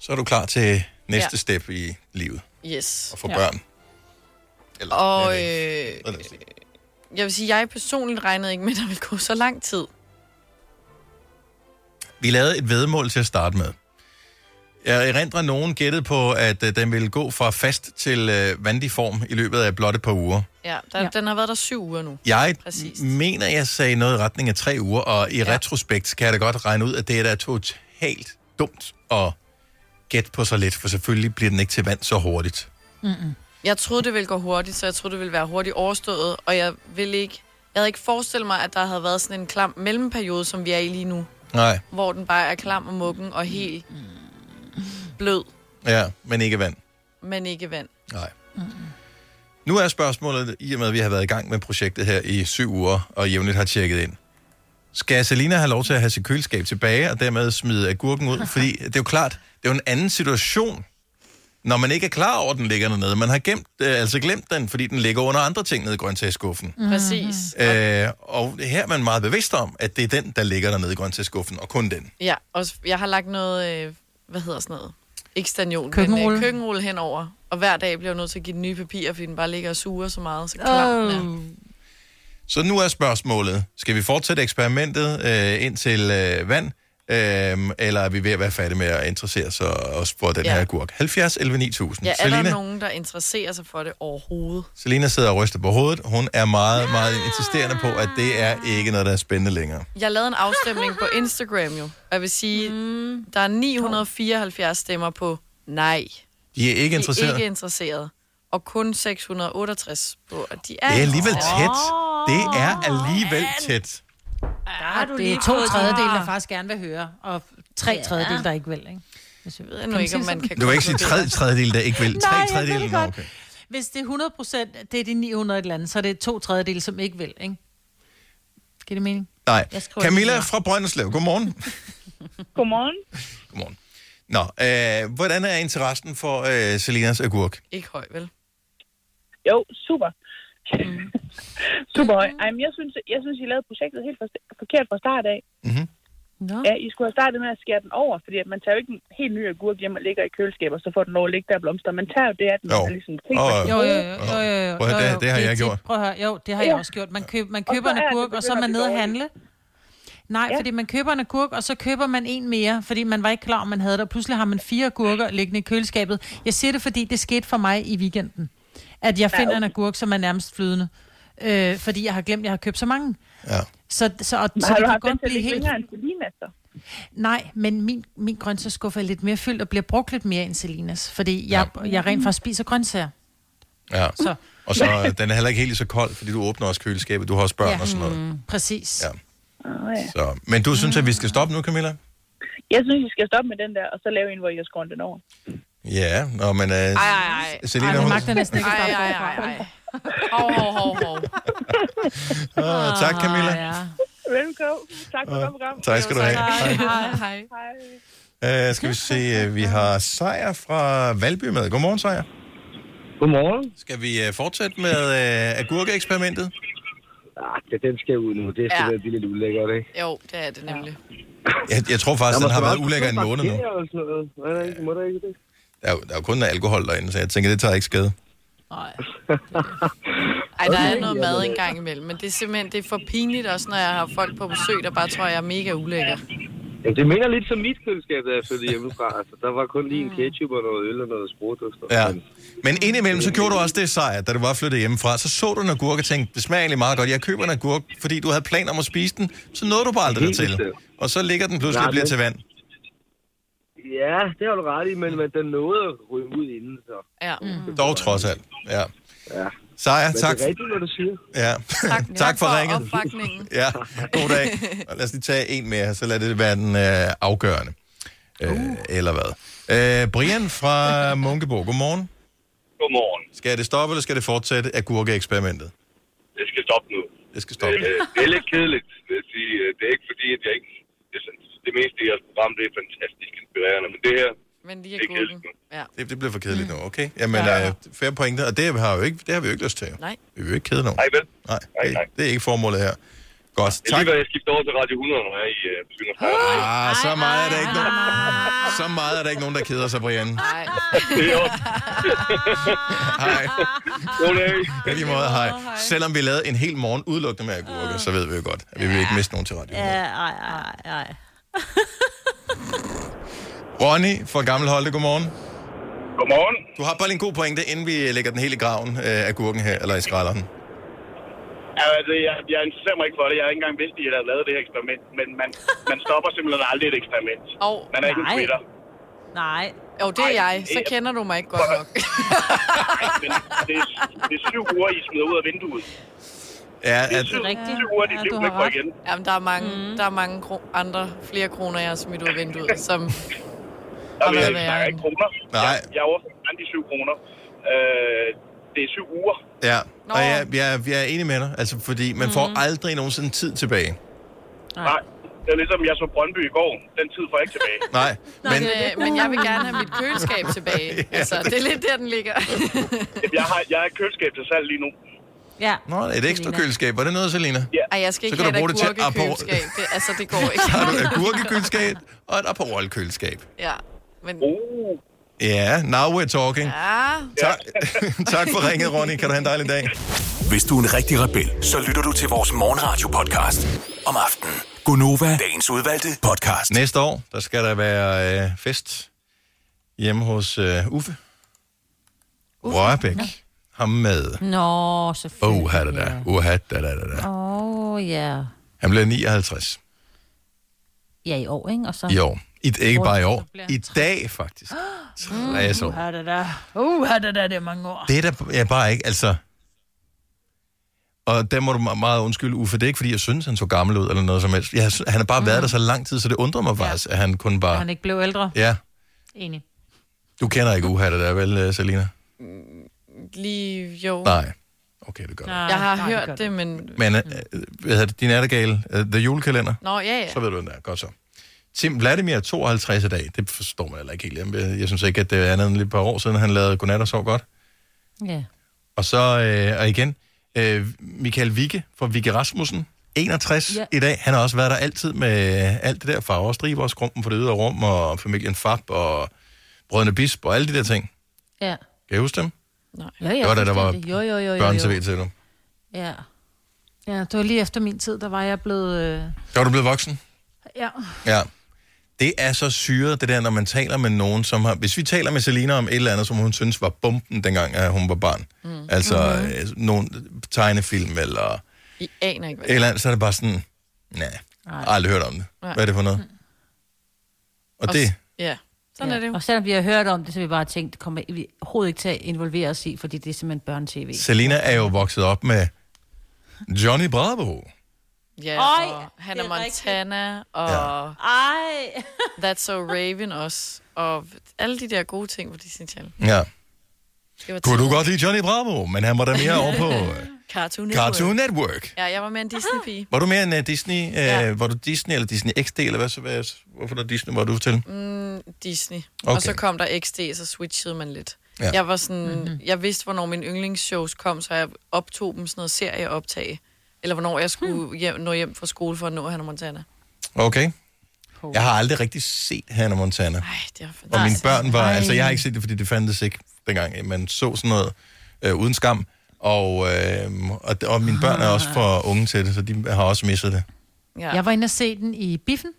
så er du klar til næste
Ja.
ja. step i livet.
Yes.
Og få ja. børn. Eller,
Og
jeg ved
øh,
ikke. Hvad lad os sige.
jeg vil sige, jeg personligt regnede ikke med, at der ville gå så lang tid.
Vi lavede et vedmål til at starte med. Jeg erindrer nogen gættet på, at øh, den ville gå fra fast til øh, vandig form i løbet af blot et par uger.
Ja, der, ja, den har været der syv uger nu.
Jeg
Præcis.
Præcis. mener, jeg sagde noget i retning af tre uger, og i ja. retrospekt kan jeg da godt regne ud, at det er da totalt dumt at gætte på så lidt, for selvfølgelig bliver den ikke til vand så hurtigt.
Mm-mm. Jeg troede, det ville gå hurtigt, så jeg troede, det ville være hurtigt overstået, og jeg ville ikke... Jeg havde ikke forestillet mig, at der havde været sådan en klam mellemperiode, som vi er i lige nu.
Nej,
Hvor den bare er klam og mukken og helt blød,
ja, men ikke vand.
men ikke vand.
Nej. Nu er spørgsmålet, i og med at vi har været i gang med projektet her i syv uger, og jævnligt har tjekket ind. Skal Selina have lov til at have sit køleskab tilbage, og dermed smide agurken ud? Fordi det er jo klart, det er jo en anden situation, når man ikke er klar over, at den ligger dernede. Man har gemt, øh, altså glemt den, fordi den ligger under andre ting nede i grøntsagsskuffen.
Mm. Præcis.
Øh, og her er man meget bevidst om, at det er den, der ligger dernede i grøntsagsskuffen, og kun den.
Ja, og s- jeg har lagt noget, øh, hvad hedder sådan noget? Ikke stagnol, men
Køkkenrulle.
øh, køkkenrulle henover. Og hver dag bliver jeg nødt til at give den nye papirer, fordi den bare ligger og suger så meget, så klam den er.
Så nu er spørgsmålet, skal vi fortsætte eksperimentet øh, indtil øh, vand, øh, eller er vi ved at være færdige med at interessere sig også for den ja.
Ja.
her agurk? 70 11 9000.
Ja, er der
Selina,
nogen, der interesserer sig for det overhovedet?
Selina sidder og ryster på hovedet. Hun er meget, meget insisterende på, at det er ikke noget, der er spændende længere.
Jeg lavede en afstemning på Instagram jo. Og jeg vil sige, mm. der er 974 stemmer på nej.
De er ikke interesseret.
De er ikke interesseret. Og kun 668 på, at de er
Det er alligevel
interesseret.
tæt. Det er alligevel tæt.
Der
har du
det
lige
er to
fået din-
tredjedele, der faktisk gerne vil høre, og tre
Ja.
ja. tredjedele, der ikke vil, ikke? Hvis jeg ved
nu ikke, om man kan
Du kan ikke sige tre tredjedel, der ikke vil.
Nej,
Tre
jeg ved
tredjedele,
det
nå,
godt.
okay.
Hvis det er 100 procent, det er de 900 et eller andet, så er det to tredjedele, som ikke vil, ikke? Giver det mening?
Nej.
Jeg skriver
Camilla
lige
fra Brønderslev, godmorgen.
Godmorgen.
godmorgen. Nå, øh, hvordan er interessen for øh, Selinas agurk?
Ikke høj, vel?
Jo, super. Mm. super høj. Ej, men jeg synes, jeg synes, I lavede projektet helt for, forkert fra start af.
Mm-hmm.
No. Ja, I skulle have startet med at skære den over, fordi at man tager jo ikke en helt ny agurk hjem og ligger i køleskabet, og så får den lov at ligge der og blomstre. Man tager jo det af den,
Jo.
og ligesom tænker,
Åh,
at den
Jo, jo,
er
jo,
god.
jo, jo, jo.
Prøv at høre,
jo,
det-
jo.
det har jeg
er
gjort.
Prøv at høre, jo, det har jeg
Ja.
også gjort. Man, køb, man
Og
køber
så
en
er det
agurk, og så er man
begyndt at
nede og
blive
handle. Nej, ja. fordi man køber en agurk, og så køber man en mere, fordi man var ikke klar, om man havde det. Og pludselig har man fire agurker liggende i køleskabet. Jeg siger det, fordi det skete for mig i weekenden. At jeg
Ja,
finder
okay.
en agurk, som er nærmest flydende. Øh, fordi jeg har glemt, at jeg har købt så mange.
Ja.
Så, så, og,
Men
så
Har
det
du
kan
haft den til
godt
at
blive
ligge
helt...
længere end Selinas, så?
Nej, men min, min grøntsagsskuffe er lidt mere fyldt og bliver brugt lidt mere end Selinas. Fordi jeg, ja. jeg rent faktisk spiser grøntsager.
Ja.
Så.
Og så øh, den er heller ikke helt lige så kold, fordi du åbner også køleskabet. Du har også børn ja. og sådan noget.
Mm, præcis.
Ja.
Oh, ja.
Så, men du synes, at vi skal stoppe nu, Camilla?
Jeg synes, I skal stoppe med den der, og så lave en, hvor I har skåret den over.
Ja, nå, men... Øh, ej,
ej, ej.
Selina,
Ej,
hun...
det magter næsten ikke at
Ej,
starte
ej,
forfra.
ej, ej. Hov, hov, hov, hov.
Åh, tak,
Ah,
Camilla.
ja.
Velkommen. Tak for godt program.
tak skal du have. Hej.
Hej.
Øh, skal vi se, øh, vi har Sejer fra Valby med. Godmorgen, Sejer.
Godmorgen.
Skal vi øh, fortsætte med øh, agurkeeksperimentet?
Ah, det- den skal ud nu. Det skal
Ja.
ja. blive lidt ulækkert, ikke?
Jo, det er det nemlig.
Jeg, jeg tror faktisk, den har været ulækker en
en
måned nu.
Og sådan noget. Er der ikke, må der ikke det?
Der er, jo- der er jo kun alkohol derinde, så jeg tænker, det tager ikke skade.
Ej, der er noget mad engang imellem, men det er simpelthen det er for pinligt også, når jeg har folk på besøg, der bare tror, jeg er mega ulækker.
Jamen, det minder lidt som mit køleskab, da jeg flyttede hjemmefra. Altså, der var kun lige en ketchup og noget øl og noget sprutduft.
Ja. Men indimellem, så gjorde du også det, Sejer, da du var flyttet hjemmefra. Så så du en agurk og tænkte, det smager egentlig meget godt. Jeg køber en agurk, fordi du havde planer om at spise den. Så nåede du bare aldrig
Helt
dertil.
bestemt.
Og så ligger den pludselig
Nej,
og bliver
det-
til vand.
Ja, det har du ret i, men, men den nåede at ryge ud inden, så.
Ja.
Dog trods alt, ja. Sejer,
Men
tak.
det er rigtigt, hvad du siger.
Ja. Tak, tak for ringet.
opbakningen.
Ja, god dag. Og lad os lige tage en mere, så lad det være den øh, afgørende. Øh, Eller hvad. Øh, Brian fra Munkebo, godmorgen.
Godmorgen.
Skal det stoppe, eller skal det fortsætte agurkeeksperimentet?
Det skal stoppe nu.
Det skal stoppe.
Øh, det er lidt kedeligt, vil jeg sige. Øh, Det er ikke fordi, at jeg ikke... Det, synes- det meste i jeres program, det er fantastisk inspirerende, men det her,
Men lige
det er kedeligt nu.
Ja.
Det, det bliver for kedeligt nu, okay? Jamen, Mm. ja, Øh, færre pointer, og det har, vi jo ikke, det har vi jo ikke lyst til.
Nej.
Vi vil jo ikke kede nogen.
Nej, vel?
Nej, det, det er ikke formålet her. Godt,
Det er
tak.
lige, hvad jeg skifter over til Radio 100, når jeg øh, begynder at snakke.
Ah, så meget er der ikke nogen, så meget er der ikke nogen, der keder sig, Brian.
Nej.
Hej. God dag. I lige måde, hej. Ah. Selvom vi lavede en hel morgen udelukkende med agurker, så ved vi jo godt, at vi vil ikke miste nogen til radio.
Ja, ej, ej, ej.
Ronny fra Gammel Holte, godmorgen.
Godmorgen.
Du har bare lige en god pointe, inden vi lægger den hele i graven øh, af gurken her, eller i skralderen.
Ja, altså, jeg, jeg interesserer mig ikke for det. Jeg er ikke engang vidst, at jeg har lavet det her eksperiment. Men man, man stopper simpelthen aldrig et eksperiment.
Og,
Man er ikke en
nej,
twitter.
nej. Jo, det er jeg. Så kender du mig ikke godt nok.
Det er, det er syv uger, I smider ud af vinduet.
Ja,
det er syv, syv uger, dit liv væk fra igen.
Jamen, der er mange, mm. der er mange kro- andre, flere kroner, jeg har smidt ud af vinduet, som...
Jamen,
hvad
jeg
ved
snakker
jeg?
ikke kroner.
Nej.
Jeg, jeg overfører de syv kroner. Øh, det er syv uger.
Ja, og jeg, jeg, jeg er enig med dig, altså, fordi man får aldrig nogensinde tid tilbage.
Nej. Nej. Det er ligesom, jeg så Brøndby i går. Den tid får jeg ikke tilbage.
Nej,
Men, øh, men jeg vil gerne have mit køleskab tilbage.
Ja,
Altså, det er lidt der, den ligger.
Jamen, jeg har, jeg har et køleskab til salg lige nu.
ja.
Nå, et ekstra køleskab. Var det noget, Selina?
Ja.
Ej, jeg skal
Så
ikke
kan
have
du bruge
et
det til at
agurkekøleskab. Det, altså, det går ikke.
Så har du et agurkekøleskab og et Aperol-køleskab.
Ja, men...
Uh.
Ja, now we're talking.
Ja.
Tak, tak for ringet, Ronny. Kan du have en dejlig dag.
Hvis du er en rigtig rebel, så lytter du til vores morgenradio-podcast om aftenen.
Gunova.
Dagens udvalgte podcast.
Næste år, der skal der være øh, fest hjemme hos øh, Uffe. Uffe. Rørbæk.
Nå.
Ham med.
Nå, selvfølgelig.
Oh, da, da. Oh, da, da, da, da.
Åh, oh, ja.
Han bliver 59
Ja, i år, ikke? Og så...
i år. I, ikke bare i år.
Bliver
I dag, faktisk.
Mm.
Tres år.
Uha, da da. Uha, da da, det er mange år.
Det er der ja, bare ikke, altså... Og der må du me- meget undskylde, Uffe. Det er ikke, fordi jeg synes, han så gammel ud eller noget som helst. Jeg, synes- han har bare mm. været der så lang tid, så det undrer mig faktisk, at han kun bare...
Han ikke blev ældre.
Ah. Ja,
Enig.
du kender ikke Uha, det der vel, øh, Selina?
Lige jo.
Nej. Okay, det gør du.
Jeg har hørt det, men...
Men øh, øh, hvad hedder det, din nattergale, øh, The Julekalender,
Nå, ja, ja.
så ved du, den er. Godt så. Tim Vladimir er 52 i dag. Det forstår man heller ikke helt. Jeg, jeg synes ikke, at det er andet end et par år siden, han lavede Godnat og sov godt.
Ja.
Og så, øh, og igen, øh, Michael Vigge fra Vigge Rasmussen, 61
Ja.
ja. i dag. Han har også været der altid med alt det der farver og striber og skrumpen for det ydre rum, og familien Fab og Brødrene Bisp og alle de der ting.
Ja.
Kan I huske dem?
Nej.
Jo, ja,
det var da, der var
fuldstændig. jo, jo, jo, jo,
Børne-tv
jo.
til nu.
Ja.
Ja, det var lige efter min tid, der var jeg blevet... Øh...
Så er du blevet voksen?
Ja.
Ja. Det er så syret, det der, når man taler med nogen, som har... Hvis vi taler med Selina om et eller andet, som hun synes var bomben, dengang at hun var barn. Mm. Altså mm-hmm. øh, nogle tegnefilm eller et
I aner ikke, hvad det
eller andet, så er det bare sådan... Nej,
Nej.
aldrig hørt om det.
Nej. Mm.
Nej. Hvad er det for noget? Og det...
Ja,
ja.
sådan ja. er det jo.
Og selvom vi har hørt om det, så har vi bare tænkt, det kommer vi overhovedet ikke til at involvere os i, fordi det er simpelthen børn-tv.
Selina er jo vokset op med Johnny Bravo.
Ja,
Øj,
og Hannah
det er rigtigt.
Montana, og... Ja.
Ej!
That's So Raven også, og alle de der gode ting på Disney Channel.
Ja.
Det var
Kunne du
tidligt.
godt lide Johnny Bravo, men han var der mere over på øh,
Cartoon Network.
Cartoon Network.
Ja, jeg var med en Disney-pige.
Var du mere en uh, Disney? Uh, ja. Var du Disney eller Disney XD, eller hvad så? Hvad, hvorfor der Disney var du til?
Mm, Disney. Okay.
Okay.
Og så kom der XD, så switchede man lidt. Ja.
Ja.
Jeg var sådan,
Mhm.
mm-hmm. jeg vidste, hvornår mine yndlingsshows kom, så jeg optog dem sådan noget serieoptag. Eller hvornår jeg skulle
Hm.
hjem, nå hjem fra skole for at nå Hannah Montana.
Okay. Jeg har aldrig rigtig set Hannah Montana. Ej,
det var
Og mine børn var...
Ej.
Altså, jeg har ikke set det, fordi det fandtes ikke dengang. Man så sådan noget øh, uden skam. Og, øh, og, og mine børn er også for
Ah.
unge til det, så de har også misset det.
Ja. Jeg var inde og se den i Biffen.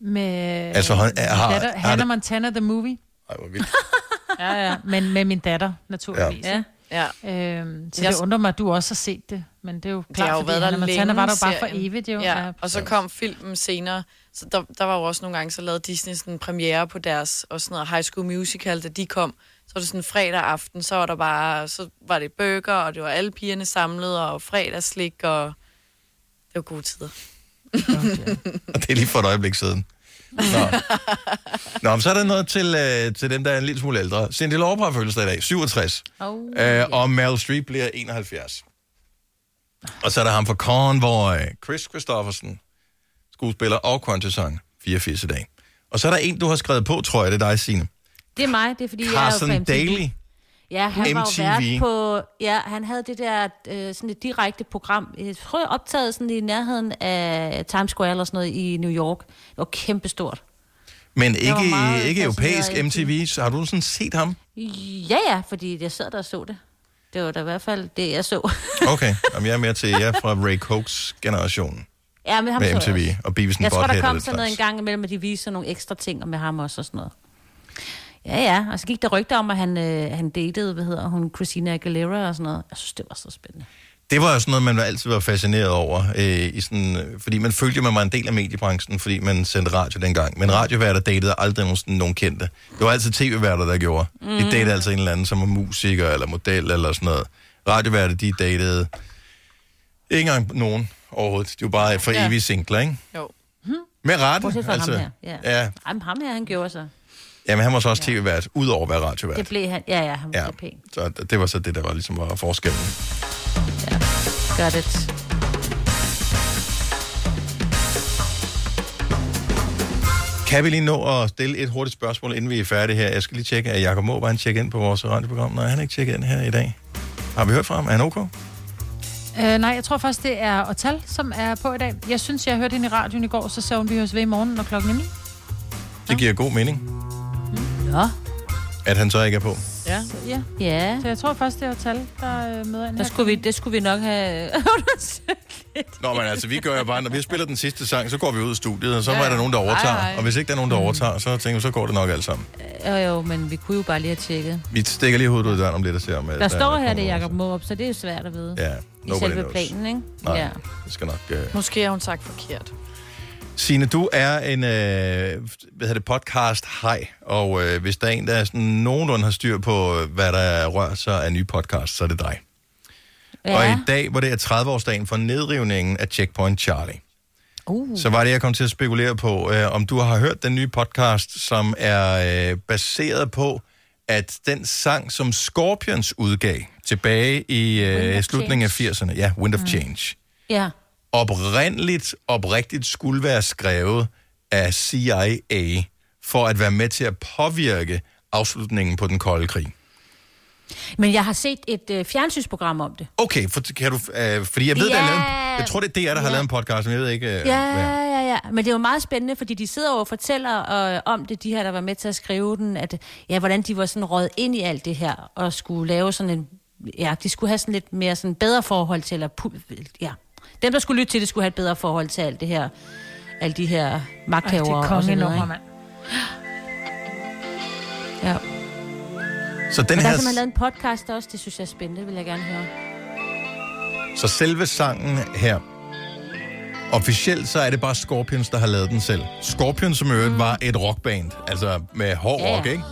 Med
Altså, har-
min
har-
datter,
har
Hannah
det-
Montana The Movie.
Ej, hvor vildt.
Ja, ja. Men med min datter, naturligvis.
Ja. Ja.
Øhm, så
Jeg-
jeg... det undrer mig, at du også har set det. Men det er jo
Det har
klart,
jo
fordi
været der
Hannah Montana
længe,
var der jo bare for
serien.
evigt. Jo.
Ja, og så kom filmen senere. Så der, der var jo også nogle gange, så lavede Disney sådan en premiere på deres, og sådan noget High School Musical, da de kom. Så var det sådan fredag aften, så var der bare, så var det burger, og det var alle pigerne samlet, og fredagslik, og det var gode tider.
Og det er lige for et øjeblik siden. Nå, Nå men så er der noget til, øh, til dem, der er en lille smule ældre. Cindy Lauper har fødselsdag i dag, 67.
Oh,
øh, og Meryl Streep bliver 71. Og så er der ham fra Convoy, Chris Christoffersen, skuespiller og country-sang, 84 i dag. Og så er der en, du har skrevet på, tror jeg, det er dig, Signe.
Det er mig, det er fordi,
Carson
jeg er jo fra MTV.
Daly.
Ja, han var jo
MTV.
vært på... Ja, han havde det der øh, sådan et direkte program. Jeg tror, jeg optaget sådan i nærheden af Times Square eller sådan noget i New York. Det var kæmpestort.
Men
Jeg var
ikke,
meget
ikke europæisk
fascineret af
MTV, så har du sådan set ham?
Ja, ja, fordi jeg sad der og så det. Det var da i hvert fald det, jeg så.
Okay, Jamen, jeg er mere til jer fra Ray Cokes generation.
Ja, men ham
Med
så jeg
MTV
også.
og Beavis and
Jeg tror, der
Butthead og
kom
den
sådan noget en
slags.
gang imellem, at de viste nogle ekstra ting med ham også og sådan noget. Ja, ja, og så gik der rygter om, at han, øh, han datede, hvad hedder hun, Christina Aguilera og sådan noget. Jeg synes, det var så spændende.
Det var jo sådan noget, man altid var fascineret over. Øh, i sådan, øh, fordi man følte, at man var en del af mediebranchen, fordi man sendte radio dengang. Men radioværter datede aldrig nogensinde nogen kendte. Det var altid tv-værter, der gjorde. Mm. De
Mm.
datede altså en eller anden, som var musiker eller model eller sådan noget. Radioværter, de datede ikke engang nogen overhovedet. De var bare for
Ja.
ja. evige singler, ikke? Hmm?
Jo.
Med rette.
Bortset fra altså, ham her. Ja.
ja.
Jamen, ham her, han gjorde så.
ja, men han var så også tv-vært, udover at være radiovært.
Det blev han. Ja, ja, han var ja. pæn.
Så det var så det, der var, ligesom var forskellen.
Got it.
Kan vi lige nå at stille et hurtigt spørgsmål, inden vi er færdige her? Jeg skal lige tjekke, at Jacob Måber, han tjekker ind på vores radioprogram. Nej, han er ikke tjekket ind her i dag. Har vi hørt fra ham? Er han ok?
Øh, nej, jeg tror faktisk, det er Otal, som er på i dag. Jeg synes, jeg hørte hende i radioen i går, så sagde hun, vi høres ved i morgen, når klokken er 9.
Det giver god mening,
Ja.
at han så ikke er på.
Ja.
Så, ja.
ja.
Så jeg tror faktisk, det er Otal, der øh, møder ind
Der
her.
skulle vi, det skulle vi nok have... øh,
Nå, men altså, vi gør jo bare, når vi spiller den sidste sang, så går vi ud af studiet, og så
Ja,
er der nogen, der overtager.
hej, hej.
Og hvis ikke der er nogen, der overtager, så tænker vi, så går det nok alt sammen.
jo, jo, men vi kunne jo bare lige have tjekket.
Vi stikker lige hovedet ud af døren om lidt og ser, om... øh,
Der, står her, det er Jacob Måb, så det er jo svært at vide.
altså. Ja,
I
nobody
selve
knows.
planen, ikke?
Nej,
Ja.
det skal nok... Øh...
Måske har hun sagt forkert.
Signe, du er en øh, hvad hedder det, podcast hej, og øh, hvis der er en, der er sådan, nogenlunde har styr på, øh, hvad der rører sig af nye podcasts, så er det dig. Ja. Øh, Og i dag, hvor det er 30-årsdagen for nedrivningen af Checkpoint Charlie,
Uh.
så var det, jeg kom til at spekulere på, øh, om du har hørt den nye podcast, som er øh, baseret på, at den sang, som Scorpions udgav tilbage i
Wind
øh,
of Mm.
slutningen af 80'erne, ja, Wind of Change,
Ja.
oprindeligt, oprigtigt skulle være skrevet af CIA for at være med til at påvirke afslutningen på den kolde krig.
Men jeg har set et øh, fjernsynsprogram om det.
Okay, for, kan du, øh, fordi jeg ved, ja. der er
Ja.
lavet, jeg tror, det er DR, der ja. har lavet en podcast, men jeg ved ikke, øh,
Ja,
hvad.
ja, ja. Men det er jo meget spændende, fordi de sidder jo og fortæller øh, om det, de her, der var med til at skrive den, at ja, hvordan de var sådan røget ind i alt det her, og skulle lave sådan en, ja, de skulle have sådan lidt mere sådan bedre forhold til, eller, pu- ja, dem, der skulle lytte til det, skulle have et bedre forhold til alt det her, alle de her magthavere
Ej, det er
og sådan noget,
kongenummer,
ikke?
mand.
Ja.
Så den
og der
her,
har man lavet en podcast også, det synes jeg er spændende, det vil jeg gerne høre.
så selve sangen her, officielt så er det bare Scorpions, der har lavet den selv. Scorpions, som i øvrigt var et rockband, altså med hård
Ja, ja.
rock, ikke?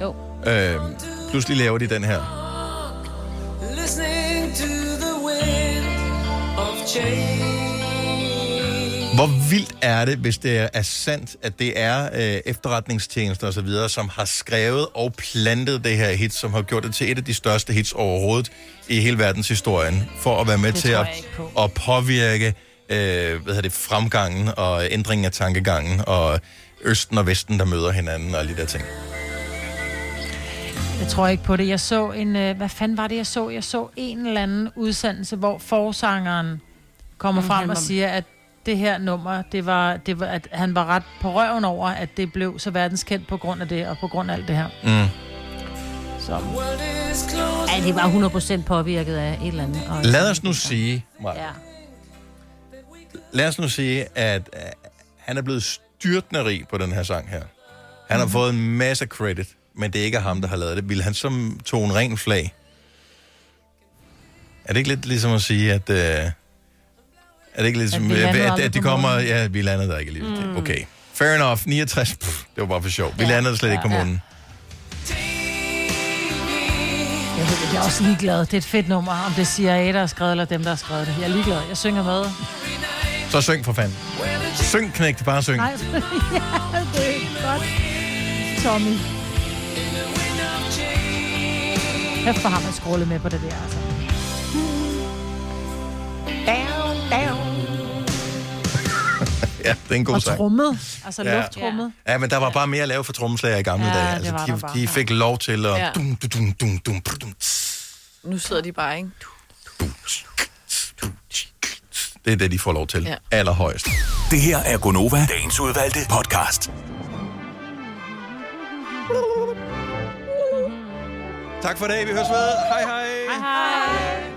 Jo.
Øh, pludselig laver de den her.
Listening to the wind of change.
Hvor vildt er det, hvis det er sandt, at det er øh, efterretningstjenester og så videre, som har skrevet og plantet det her hit, som har gjort det til et af de største hits overhovedet i hele verdenshistorien, for at være med
Det
til
tror
at,
jeg ikke på.
at påvirke øh, hvad hedder det, fremgangen og ændringen af tankegangen, og Østen og Vesten, der møder hinanden og alle de der ting.
Jeg tror ikke på det. Jeg så en... Øh, hvad fanden var det, jeg så? Jeg så en eller anden udsendelse, hvor forsangeren kommer
Mm,
frem
han
og
var-
siger, at det her nummer, det var, det var, at han var ret på røven over, at det blev så verdenskendt på grund af det, og på grund af alt det her.
Mm.
Så.
Ja, det var 100% påvirket af et eller andet. Og
Lad os nu sige, Maja,
Ja.
lad os nu sige, at øh, han er blevet styrtende rig på den her sang her. Han har fået en masse credit, men det er ikke ham, der har lavet det. Vil han som tog en ren flag? Er det ikke lidt ligesom at sige, at... Øh, er det ikke lidt ligesom,
vi
at,
landede
at,
aldrig
at de
på
kommer...
månen.
Ja, vi landede der ikke alligevel.
Mm.
Mm. Okay. Fair enough. 69. Pff, det var bare for sjov. Vi
Ja,
landede slet
ja,
ikke på
ja.
månen.
Jeg, ved, jeg er også ligeglad. Det er et fedt nummer, om det er CIA, der har skrevet, eller dem, der har skrevet det. Jeg er ligeglad. Jeg synger med.
Så syng for fanden. Syng, knægt. Bare syng.
Nej, ja, det er godt. Tommy. Kæft, hvor har man skrålet med på det der, altså. Down, down.
Ja, det er en god
Og
sang.
trummet. Altså ja. lufttrummet.
Ja, men der var bare mere at lave for trommeslager i gamle
Ja,
dage.
det
Altså,
var
de,
der bare.
de fik lov til at...
Ja.
Ja. Dum, dum, dum, dum, dum, dum,
Nu sidder de bare, ikke?
Det er det, de får lov til.
Ja.
Ja. Allerhøjst.
Det her er Gonova, dagens udvalgte podcast.
Tak for i dag. Vi høres ved. Hej hej.
Hej hej.